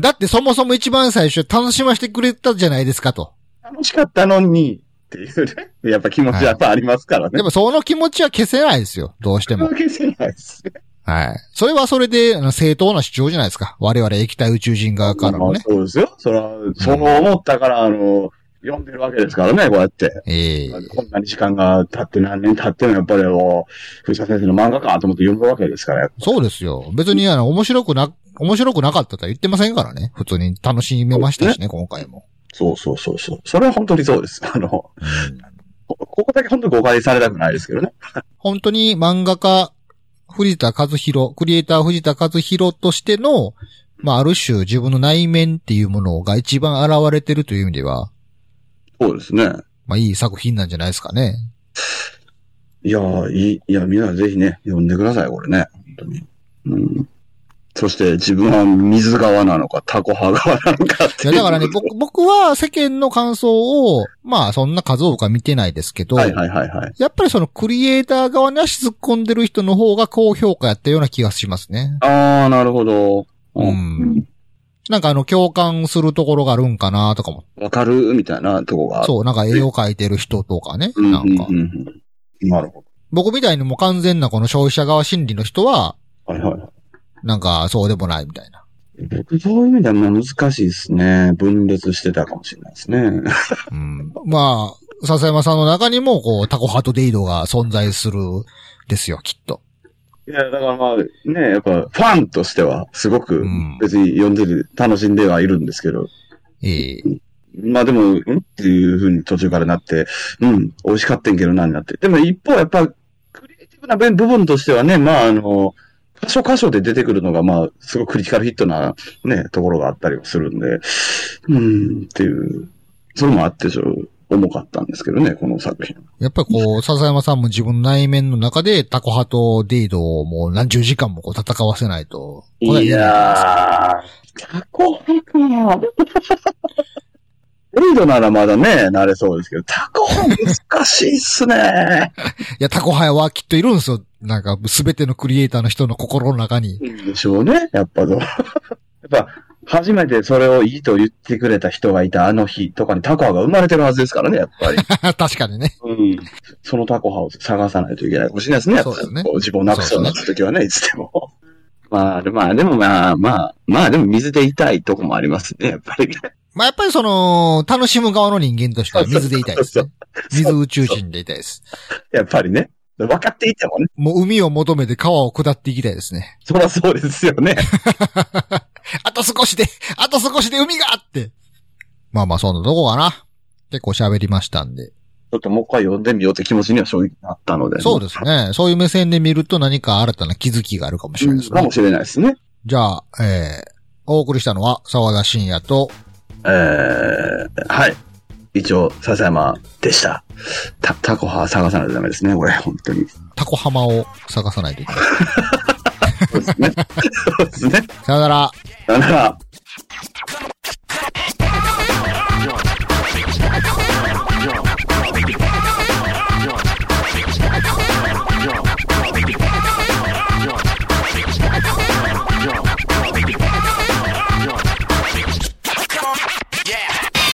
[SPEAKER 1] だってそもそも一番最初楽しませてくれたじゃないですかと。
[SPEAKER 2] 楽しかったのに、っていうね。やっぱ気持ちはやっぱありますからね。
[SPEAKER 1] でもその気持ちは消せないですよ。どうしても。
[SPEAKER 2] 消せないですね。
[SPEAKER 1] はい。それはそれで、あの正当な主張じゃないですか。我々液体宇宙人側からの
[SPEAKER 2] まあ
[SPEAKER 1] ね。
[SPEAKER 2] そうですよ。それは、そう思ったから、あの、読んでるわけですからね、こうやって。
[SPEAKER 1] ええ
[SPEAKER 2] こんなに時間が経って何年経ってもやっぱりもう、藤田先生の漫画かと思って読むわけですから。
[SPEAKER 1] そうですよ。別にあの、面白くな、面白くなかったとは言ってませんからね。普通に楽しめましたしね、今回も。
[SPEAKER 2] そうそうそうそう。それは本当にそうです。 あの、こ
[SPEAKER 1] うん
[SPEAKER 2] ここだけ本当に誤解されたくないですけどね。
[SPEAKER 1] 本当に漫画家、藤田和弘、クリエイター藤田和弘としての、まあ、ある種自分の内面っていうものが一番現れてるという意味では、
[SPEAKER 2] そうですね。
[SPEAKER 1] まあ、いい作品なんじゃないですかね。
[SPEAKER 2] いやー、いい、いや、みんなぜひね、読んでください、これね。本当に。うん。そして、自分は水側なのか、タコ派側なのかって
[SPEAKER 1] い
[SPEAKER 2] いう。
[SPEAKER 1] や、だ からね、僕、僕は世間の感想を、まあ、そんな数多くは見てないですけど、
[SPEAKER 2] はいはいはいはい。
[SPEAKER 1] やっぱりそのクリエイター側に足突っ込んでる人の方が高評価やったような気がしますね。
[SPEAKER 2] あー、なるほど。
[SPEAKER 1] う。ん。なんかあの、共感するところがあるんかなとかも。
[SPEAKER 2] わかるみたいなとこがある。
[SPEAKER 1] そう、なんか絵を描いてる人とかね。
[SPEAKER 2] うん。
[SPEAKER 1] な
[SPEAKER 2] うん
[SPEAKER 1] ん
[SPEAKER 2] う
[SPEAKER 1] か。
[SPEAKER 2] んうん。なるほ
[SPEAKER 1] 僕みたいにもう完全なこの消費者側心理の人は、
[SPEAKER 2] ど。はいはい。
[SPEAKER 1] なんかそうでもないみたいな。
[SPEAKER 2] 僕、そういう意味ではまあ難しいですね。分裂してたかもしれないですね。
[SPEAKER 1] うん。まあ、笹山さんの中にも、こう、タコハートデイドが存在する、ですよ、きっと。
[SPEAKER 2] いや、だからまあ、ね、やっぱ、ファンとしては、すご
[SPEAKER 1] う
[SPEAKER 2] く
[SPEAKER 1] ん、
[SPEAKER 2] 別に読んでて楽しんではいるんですけど、
[SPEAKER 1] ええ
[SPEAKER 2] まあでも、んっていうふうに途中からなって、うん、美味しかったんけどな、になって。でも一方、やっぱ、クリエイティブな部分としてはね、まああの、箇所箇所で出てくるのが、まあ、すごいクリティカルヒットな、ね、ところがあったりもするんで、うん、っていう、それもあって、ちょっと重かったんですけどね、この作品。
[SPEAKER 1] やっぱりこう、笹山さんも自分の内面の中でタコハとデイドをもう何十時間もこう戦わせないと。これは言えない
[SPEAKER 2] やー、タコ派かな。エイドならまだね、慣れそうですけど、タコ派難しいっすね。
[SPEAKER 1] いや、タコハヤはきっといるんですよ。なんか、すべてのクリエイターの人の心の中に。
[SPEAKER 2] でしょうね、やっぱそう。やっぱ、初めてそれをいいと言ってくれた人がいたあの日とかにタコ派が生まれてるはずですからね、やっぱり。
[SPEAKER 1] 確かにね。
[SPEAKER 2] うん。そのタコ派を探さないといけないかもしれないですね、やっぱり
[SPEAKER 1] そうですね
[SPEAKER 2] こ自分をなくそうになった時はね、いつでも。まあ、でまあ、でもまあ、まあ、まあ、でも水で痛いとこもありますね、やっぱり。
[SPEAKER 1] まあ、やっぱりその、楽しむ側の人間としては水でいたいですね。水宇宙人でいたいです。
[SPEAKER 2] やっぱりね。分かっていてもね。
[SPEAKER 1] もう海を求めて川を下っていきたいですね。
[SPEAKER 2] そりゃそうですよね。
[SPEAKER 1] あと少しで、あと少しで海があって。まあまあ、そんなとこかな。結構喋りましたんで。
[SPEAKER 2] ちょっともう一回読んでみようって気持ちには正直なったので。
[SPEAKER 1] そうですね。そういう目線で見ると何か新たな気づきがあるかもしれないです
[SPEAKER 2] か
[SPEAKER 1] ね
[SPEAKER 2] も。しれないですね。
[SPEAKER 1] じゃあ、えー、お送りしたのは沢田信也と、
[SPEAKER 2] えー、はい。一応、笹山でした。た、タコ派探さないとダメですね、これ、本当に。そ
[SPEAKER 1] タコ浜を探さないといけない。
[SPEAKER 2] うですね。そうですね。
[SPEAKER 1] さよなら。
[SPEAKER 2] だから、